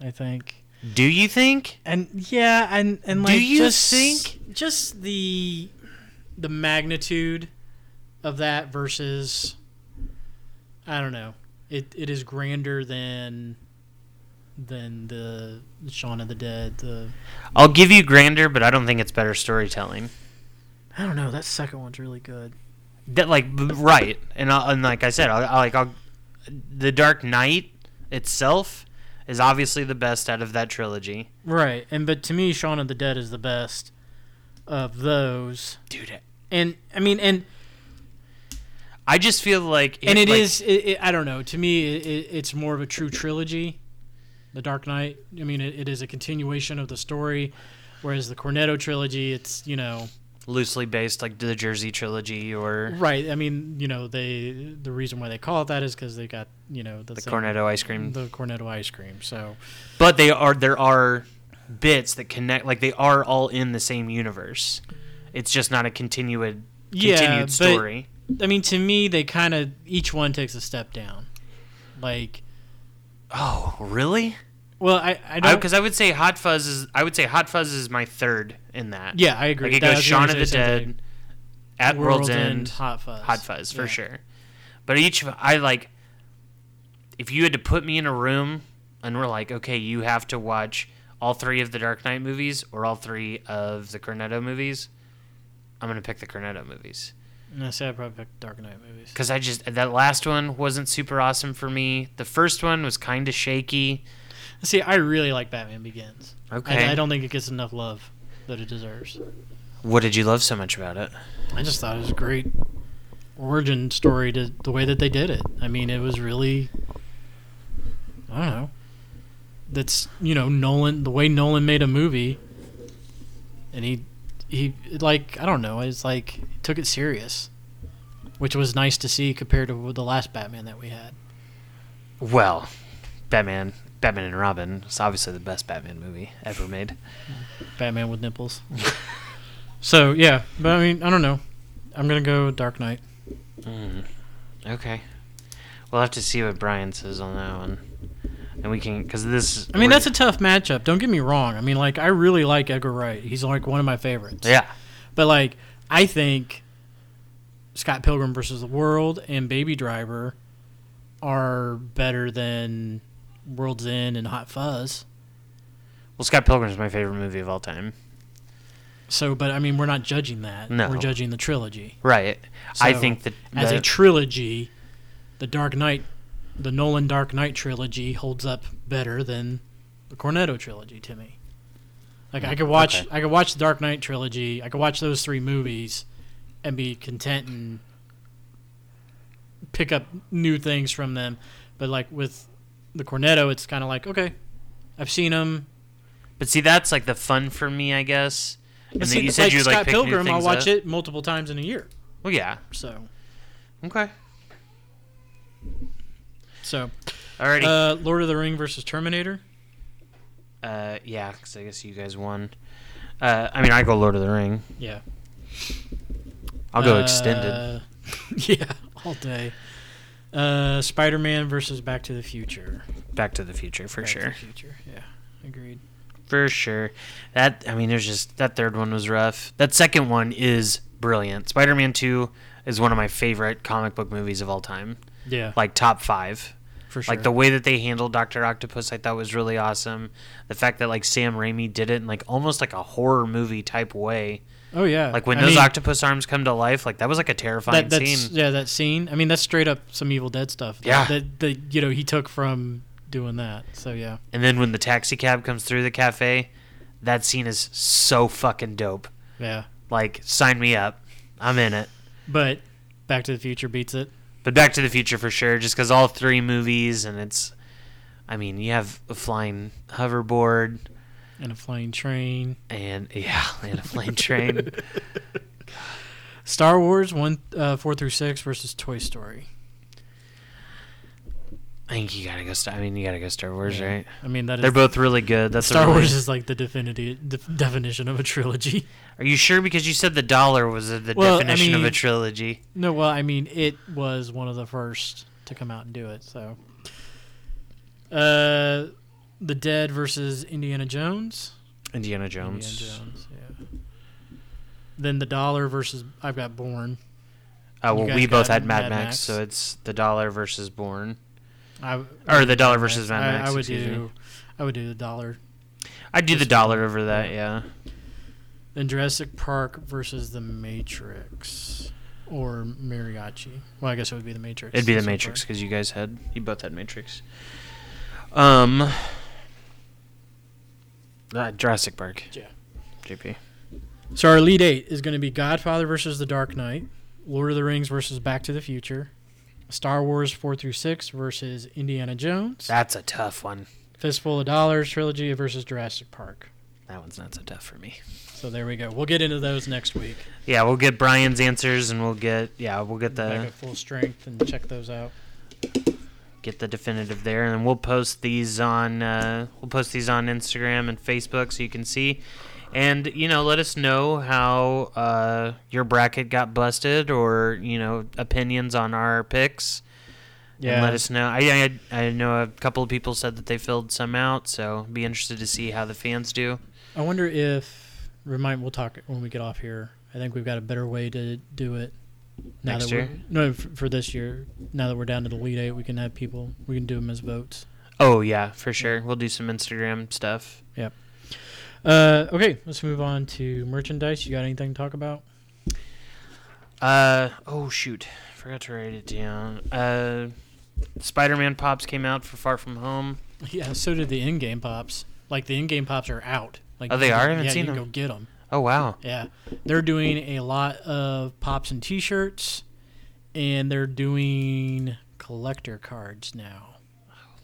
Speaker 3: I think.
Speaker 2: Do you think?
Speaker 3: And yeah, and and
Speaker 2: Do
Speaker 3: like
Speaker 2: you
Speaker 3: just
Speaker 2: think-
Speaker 3: just the the magnitude of that versus I don't know. It it is grander than than the Shaun of the Dead, the
Speaker 2: I'll give you grander, but I don't think it's better storytelling.
Speaker 3: I don't know. That second one's really good.
Speaker 2: that like b- right and I, and like I said I, I like I'll, the Dark Knight itself is obviously the best out of that trilogy.
Speaker 3: Right, and but to me, Shaun of the Dead is the best of those.
Speaker 2: Dude,
Speaker 3: And I mean, and
Speaker 2: I just feel like
Speaker 3: and it
Speaker 2: like-
Speaker 3: is. It, it, I don't know. To me, it, it, it's more of a true trilogy. The Dark Knight. I mean, it, it is a continuation of the story, whereas the Cornetto trilogy, it's you know,
Speaker 2: loosely based like the Jersey trilogy or
Speaker 3: right. I mean, you know, they the reason why they call it that is because they got you know
Speaker 2: the
Speaker 3: same-
Speaker 2: Cornetto ice cream.
Speaker 3: the Cornetto ice cream. So
Speaker 2: But they are there are bits that connect like they are all in the same universe. It's just not a continued
Speaker 3: Yeah,
Speaker 2: continued
Speaker 3: but-
Speaker 2: story.
Speaker 3: I mean, to me, they kind of each one takes a step down. Like
Speaker 2: Oh, really?
Speaker 3: Well, I I don't.
Speaker 2: Because I, would say Hot Fuzz is I would say Hot Fuzz is my third in that.
Speaker 3: yeah, I agree.
Speaker 2: like it
Speaker 3: That- I
Speaker 2: goes
Speaker 3: was gonna
Speaker 2: Shaun of the
Speaker 3: say the same
Speaker 2: Dead, at
Speaker 3: thing.
Speaker 2: World's, End,
Speaker 3: Hot Fuzz.
Speaker 2: Hot Fuzz for
Speaker 3: Yeah.
Speaker 2: sure. But each of- I like if you had to put me in a room and we're like, okay, you have to watch all three of the Dark Knight movies or all three of the Cornetto movies, I'm gonna pick the Cornetto movies
Speaker 3: And I say I probably pick Dark Knight movies.
Speaker 2: because I just that last one wasn't super awesome for me. The first one was kind of shaky.
Speaker 3: See, I really like Batman Begins.
Speaker 2: Okay.
Speaker 3: I, I don't think it gets enough love that it deserves.
Speaker 2: What did you love so much about it?
Speaker 3: I just thought it was a great origin story to the way that they did it. I mean, it was really I don't know. That's you know Nolan the way Nolan made a movie, and he he like I don't know. It's like he took it serious, which was nice to see compared to the last Batman that we had.
Speaker 2: Well, Batman, Batman and Robin is obviously the best Batman movie ever made.
Speaker 3: Batman with nipples. so yeah, but I mean I don't know. I'm gonna go Dark Knight.
Speaker 2: Hmm. Okay. We'll have to see what Brian says on that one. And we can, because this.
Speaker 3: I mean,
Speaker 2: we're-
Speaker 3: that's a tough matchup. Don't get me wrong. I mean, like, I really like Edgar Wright. He's like one of my favorites.
Speaker 2: Yeah.
Speaker 3: But like, I think Scott Pilgrim versus the World and Baby Driver are better than World's End and Hot Fuzz.
Speaker 2: Well, Scott Pilgrim's my favorite movie of all time.
Speaker 3: So, but I mean, we're not judging that.
Speaker 2: No.
Speaker 3: We're judging the trilogy.
Speaker 2: Right. I
Speaker 3: So,
Speaker 2: think that.
Speaker 3: As a
Speaker 2: that-
Speaker 3: trilogy, the Dark Knight, the Nolan Dark Knight trilogy holds up better than the Cornetto trilogy to me. Like I could watch,
Speaker 2: Mm, okay.
Speaker 3: I could watch the Dark Knight trilogy. I could watch those three movies, and be content and pick up new things from them. But like with the Cornetto, it's kind of like okay, I've seen them.
Speaker 2: but see, that's like the fun for me, I guess. And
Speaker 3: But
Speaker 2: then
Speaker 3: see,
Speaker 2: you said
Speaker 3: like
Speaker 2: you
Speaker 3: Scott
Speaker 2: like pick new
Speaker 3: Pilgrim, I'll
Speaker 2: things
Speaker 3: watch
Speaker 2: up.
Speaker 3: it multiple times in a year.
Speaker 2: Well, yeah.
Speaker 3: So,
Speaker 2: Okay.
Speaker 3: so
Speaker 2: Alrighty. Uh,
Speaker 3: uh, Lord of the Ring versus Terminator.
Speaker 2: Uh, yeah, because I guess you guys won. Uh, I mean, I go Lord of the Ring.
Speaker 3: Yeah.
Speaker 2: I'll go extended.
Speaker 3: Uh, yeah, all day. Uh, Spider Man versus Back to the Future.
Speaker 2: Back to the Future for
Speaker 3: Back to
Speaker 2: sure.
Speaker 3: the Future. Yeah, agreed.
Speaker 2: for sure. That I mean, there's just that third one was rough. That second one is brilliant. Spider-Man Two is one of my favorite comic book movies of all time,
Speaker 3: Yeah,
Speaker 2: like top five.
Speaker 3: for sure.
Speaker 2: Like the way that they handled Doctor Octopus, I thought was really awesome. The fact that like Sam Raimi did it in like almost like a horror movie type way,
Speaker 3: oh yeah,
Speaker 2: like when
Speaker 3: I
Speaker 2: those
Speaker 3: mean,
Speaker 2: octopus arms come to life, like that was like a terrifying
Speaker 3: that, that's,
Speaker 2: scene.
Speaker 3: Yeah, that scene. I mean, that's straight up some Evil Dead stuff. that-
Speaker 2: Yeah.
Speaker 3: that, that you know he took from doing that. So yeah,
Speaker 2: And then when the taxi cab comes through the cafe, that scene is so fucking dope.
Speaker 3: yeah.
Speaker 2: Like sign me up, I'm in it.
Speaker 3: But Back to the Future beats it.
Speaker 2: But Back to the Future for sure, just because all three movies and it's, I mean, you have a flying hoverboard
Speaker 3: And a flying train.
Speaker 2: and yeah, and a flying train.
Speaker 3: Star Wars one uh, four through six versus Toy Story.
Speaker 2: I think you gotta go. Star. I mean, you gotta go Star Wars,
Speaker 3: Yeah.
Speaker 2: right?
Speaker 3: I mean that is
Speaker 2: They're both really good. That's a
Speaker 3: Star
Speaker 2: really-
Speaker 3: Wars is like the definitive def- definition of a trilogy.
Speaker 2: Are you sure? Because you said the dollar was the the
Speaker 3: Well, I
Speaker 2: definition of a
Speaker 3: mean-
Speaker 2: trilogy.
Speaker 3: No, well, I mean, it was one of the first to come out and do it. So, uh, the Dead versus Indiana Jones.
Speaker 2: Indiana Jones.
Speaker 3: Indiana Jones, yeah. Then the Dollar versus I've Got Born.
Speaker 2: Uh,
Speaker 3: You
Speaker 2: well,
Speaker 3: guys
Speaker 2: we both
Speaker 3: got
Speaker 2: had Mad,
Speaker 3: Mad
Speaker 2: Max,
Speaker 3: Max.
Speaker 2: so it's the dollar versus Born,
Speaker 3: I
Speaker 2: or the dollar versus Mad
Speaker 3: I-
Speaker 2: Max.
Speaker 3: I would
Speaker 2: excuse
Speaker 3: do.
Speaker 2: Me.
Speaker 3: I would do the Dollar.
Speaker 2: I'd do the
Speaker 3: just-
Speaker 2: dollar over that. Yeah.
Speaker 3: Then Jurassic Park versus The Matrix or Mariachi. Well, I guess it would be The Matrix.
Speaker 2: It'd be the
Speaker 3: so far.
Speaker 2: Matrix because you guys had you both had Matrix. Um, uh, Jurassic Park,
Speaker 3: Yeah.
Speaker 2: JP.
Speaker 3: So our lead eight is going to be Godfather versus The Dark Knight, Lord of the Rings versus Back to the Future, Star Wars four through six versus Indiana Jones,
Speaker 2: That's a tough one.
Speaker 3: Fistful of Dollars trilogy versus Jurassic Park.
Speaker 2: That one's not so tough for me.
Speaker 3: So there we go. We'll get into those next week.
Speaker 2: Yeah, we'll get Brian's answers and we'll get yeah we'll get
Speaker 3: Back
Speaker 2: the
Speaker 3: at full strength and check those out.
Speaker 2: get the definitive there and we'll post these on uh, we'll post these on Instagram and Facebook so you can see. And you know, let us know how uh, your bracket got busted, or you know, opinions on our picks. and
Speaker 3: Yeah.
Speaker 2: let us know. I, I I know a couple of people said that they filled some out, so be interested to see how the fans do.
Speaker 3: I wonder if remind. We'll talk when we get off here. I think we've got a better way to do it. Now
Speaker 2: Next
Speaker 3: that we're-
Speaker 2: year?
Speaker 3: no, f- for this year. Now that we're down to the lead eight, we can have people. We can do them as votes.
Speaker 2: Oh yeah, for sure. We'll do some Instagram stuff.
Speaker 3: Uh, okay, let's move on to merchandise. You got anything to talk about?
Speaker 2: Uh oh shoot, forgot to write it down. Uh, Spider-Man pops came out for Far From Home.
Speaker 3: Yeah. So did the in-game pops. Like the in-game pops are out. Like
Speaker 2: Oh, they
Speaker 3: you
Speaker 2: are? I
Speaker 3: can-
Speaker 2: haven't
Speaker 3: yeah,
Speaker 2: seen
Speaker 3: you can
Speaker 2: them.
Speaker 3: Go get them.
Speaker 2: Oh wow,
Speaker 3: Yeah, they're doing a lot of pops and T-shirts, and they're doing collector cards now.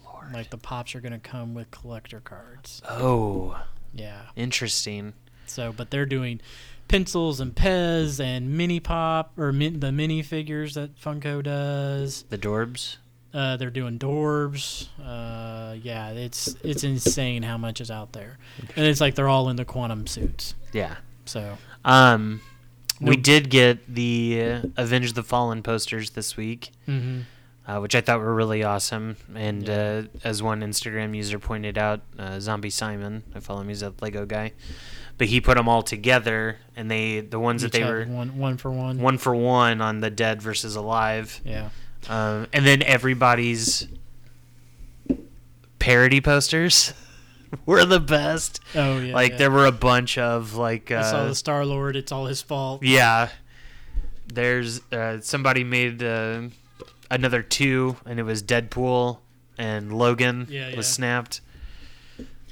Speaker 2: Lord.
Speaker 3: Like the pops are gonna come with collector cards.
Speaker 2: Oh,
Speaker 3: Yeah.
Speaker 2: interesting.
Speaker 3: So, but they're doing pencils and Pez and mini pop or min, the mini figures that Funko does.
Speaker 2: The Dorbs.
Speaker 3: Uh, they're doing Dorbs. Uh, yeah, it's it's insane how much is out there, and it's like they're all in the quantum suits.
Speaker 2: Yeah.
Speaker 3: So
Speaker 2: Um, we
Speaker 3: No.
Speaker 2: did get the uh, Avenge the Fallen posters this week.
Speaker 3: mhm.
Speaker 2: uh, which I thought were really awesome. And
Speaker 3: Yeah.
Speaker 2: uh, as one Instagram user pointed out, uh, Zombie Simon, I follow him, he's a Lego guy, but he put them all together, and they the ones that
Speaker 3: Each
Speaker 2: they
Speaker 3: have
Speaker 2: were
Speaker 3: one one for one.
Speaker 2: one for one on the dead versus alive,
Speaker 3: Yeah.
Speaker 2: um, and then everybody's parody posters were the best.
Speaker 3: Oh yeah.
Speaker 2: like
Speaker 3: yeah.
Speaker 2: there were a bunch of like
Speaker 3: I saw
Speaker 2: uh,
Speaker 3: the Star Lord. It's all his fault.
Speaker 2: yeah. There's uh, somebody made uh, another two, and it was Deadpool and Logan
Speaker 3: Yeah,
Speaker 2: was
Speaker 3: yeah.
Speaker 2: snapped.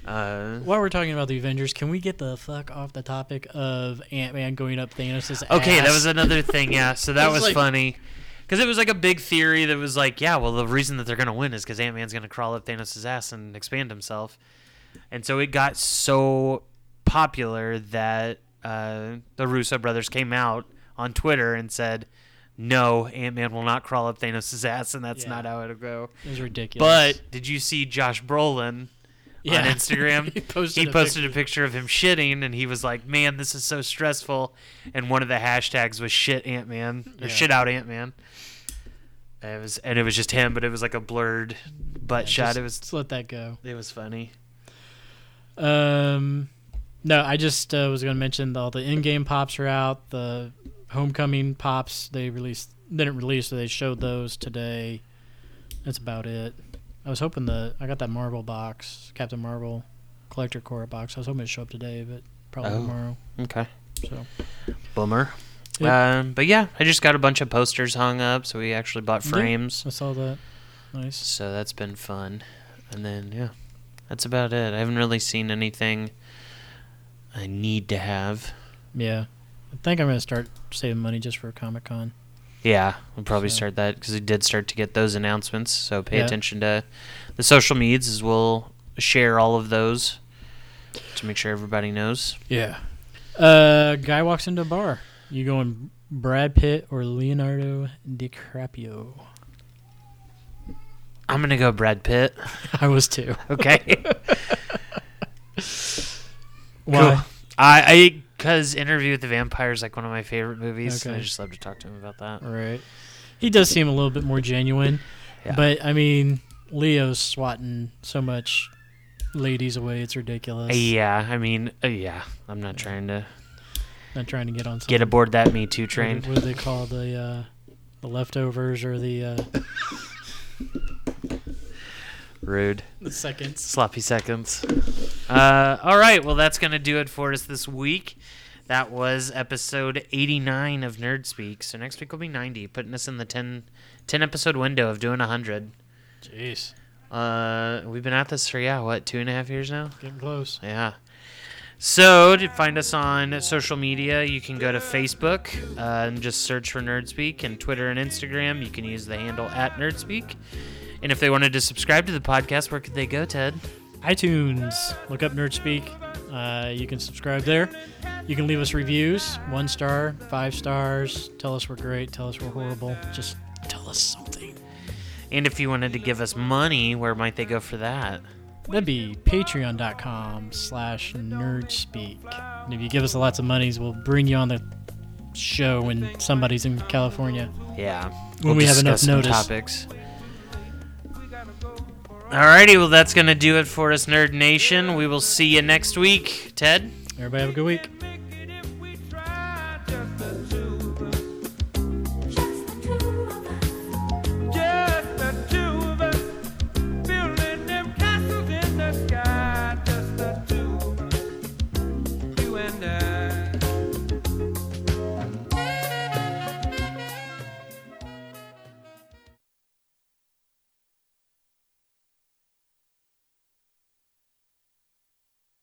Speaker 2: Uh,
Speaker 3: While we're talking about the Avengers, can we get the fuck off the topic of Ant Man going up Thanos'
Speaker 2: okay, that
Speaker 3: ass?
Speaker 2: was another thing. Yeah, so
Speaker 3: I
Speaker 2: that
Speaker 3: was
Speaker 2: was
Speaker 3: like-
Speaker 2: funny. Because it was like a big theory that was like, yeah, well, the reason that they're going to win is because Ant Man's going to crawl up Thanos' ass and expand himself. And so it got so popular that uh, the Russo brothers came out on Twitter and said, no, Ant Man will not crawl up Thanos' ass, and that's
Speaker 3: Yeah.
Speaker 2: not how it'll go.
Speaker 3: It was ridiculous.
Speaker 2: But did you see Josh Brolin
Speaker 3: Yeah.
Speaker 2: on Instagram?
Speaker 3: He posted
Speaker 2: he
Speaker 3: a
Speaker 2: posted a picture of him shitting, and he was like, "Man, this is so stressful." And one of the hashtags was "shit Ant Man" or
Speaker 3: Yeah.
Speaker 2: "shit out Ant Man." It was, and it was just him, but it was like a blurred butt shot.
Speaker 3: Yeah, just-
Speaker 2: It was,
Speaker 3: just let that go.
Speaker 2: it was funny.
Speaker 3: Um, no, I just uh, was going to mention all the in-game pops are out. The Homecoming pops they released didn't release, so they showed those today. That's about it. I was hoping the I got that Marvel box, Captain Marvel collector core box. I was hoping it'd show up today, but probably
Speaker 2: Oh.
Speaker 3: tomorrow.
Speaker 2: Okay,
Speaker 3: So
Speaker 2: bummer.
Speaker 3: Yep.
Speaker 2: Um, but yeah, I just got a bunch of posters hung up, so we actually bought
Speaker 3: Yeah.
Speaker 2: frames.
Speaker 3: I saw that. Nice.
Speaker 2: So that's been fun. And then, yeah, that's about it. I haven't really seen anything I need to have.
Speaker 3: Yeah. I think I'm going to start saving money just for Comic Con.
Speaker 2: Yeah, we'll probably
Speaker 3: So-
Speaker 2: start that because we did start to get those announcements. So pay
Speaker 3: Yeah.
Speaker 2: attention to the social medias as we'll share all of those to make sure everybody knows.
Speaker 3: Yeah. Uh, guy walks into a bar. You going Brad Pitt or Leonardo DiCaprio?
Speaker 2: I'm going to go Brad Pitt.
Speaker 3: I was too.
Speaker 2: Okay.
Speaker 3: Why?
Speaker 2: Cool. I, I, because Interview with the Vampire is like one of my favorite movies. and I
Speaker 3: Okay.
Speaker 2: just love to talk to him about that.
Speaker 3: Right. He does seem a little bit more genuine,
Speaker 2: Yeah.
Speaker 3: but I mean, Leo's swatting so much ladies away. It's ridiculous.
Speaker 2: Yeah, I mean, uh, yeah, I'm not trying to
Speaker 3: Not trying to get on. Some,
Speaker 2: get aboard that Me Too
Speaker 3: what do-
Speaker 2: train.
Speaker 3: What do they call the uh, the leftovers or the uh,
Speaker 2: Rude.
Speaker 3: the seconds?
Speaker 2: Sloppy seconds. Uh, all right. Well, that's going to do it for us this week. That was episode 89 of Nerd Speak. So next week will be 90, putting us in the 10, 10 episode window of doing 100.
Speaker 3: Jeez,
Speaker 2: Uh, we've been at this for, yeah, what, two and a half years now?
Speaker 3: getting close.
Speaker 2: Yeah. So to find us on social media, you can go to Facebook uh, and just search for NerdSpeak, and Twitter and Instagram. You can use the handle at NerdSpeak. And if they wanted to subscribe to the podcast, where could they go, Ted?
Speaker 3: iTunes. Look up Nerd Speak. Uh, you can subscribe there. You can leave us reviews one star, five stars. Tell us we're great. Tell us we're horrible. Just tell us something.
Speaker 2: And if you wanted to give us money, where might they go for that?
Speaker 3: That'd be patreon.com slash nerdspeak. And if you give us lots of monies, we'll bring you on the show when somebody's in California.
Speaker 2: Yeah.
Speaker 3: When we have
Speaker 2: discuss
Speaker 3: enough
Speaker 2: some
Speaker 3: notice.
Speaker 2: Topics. Alrighty, well, that's going to do it for us, Nerd Nation. We will see you next week. Ted?
Speaker 3: Everybody have a good week.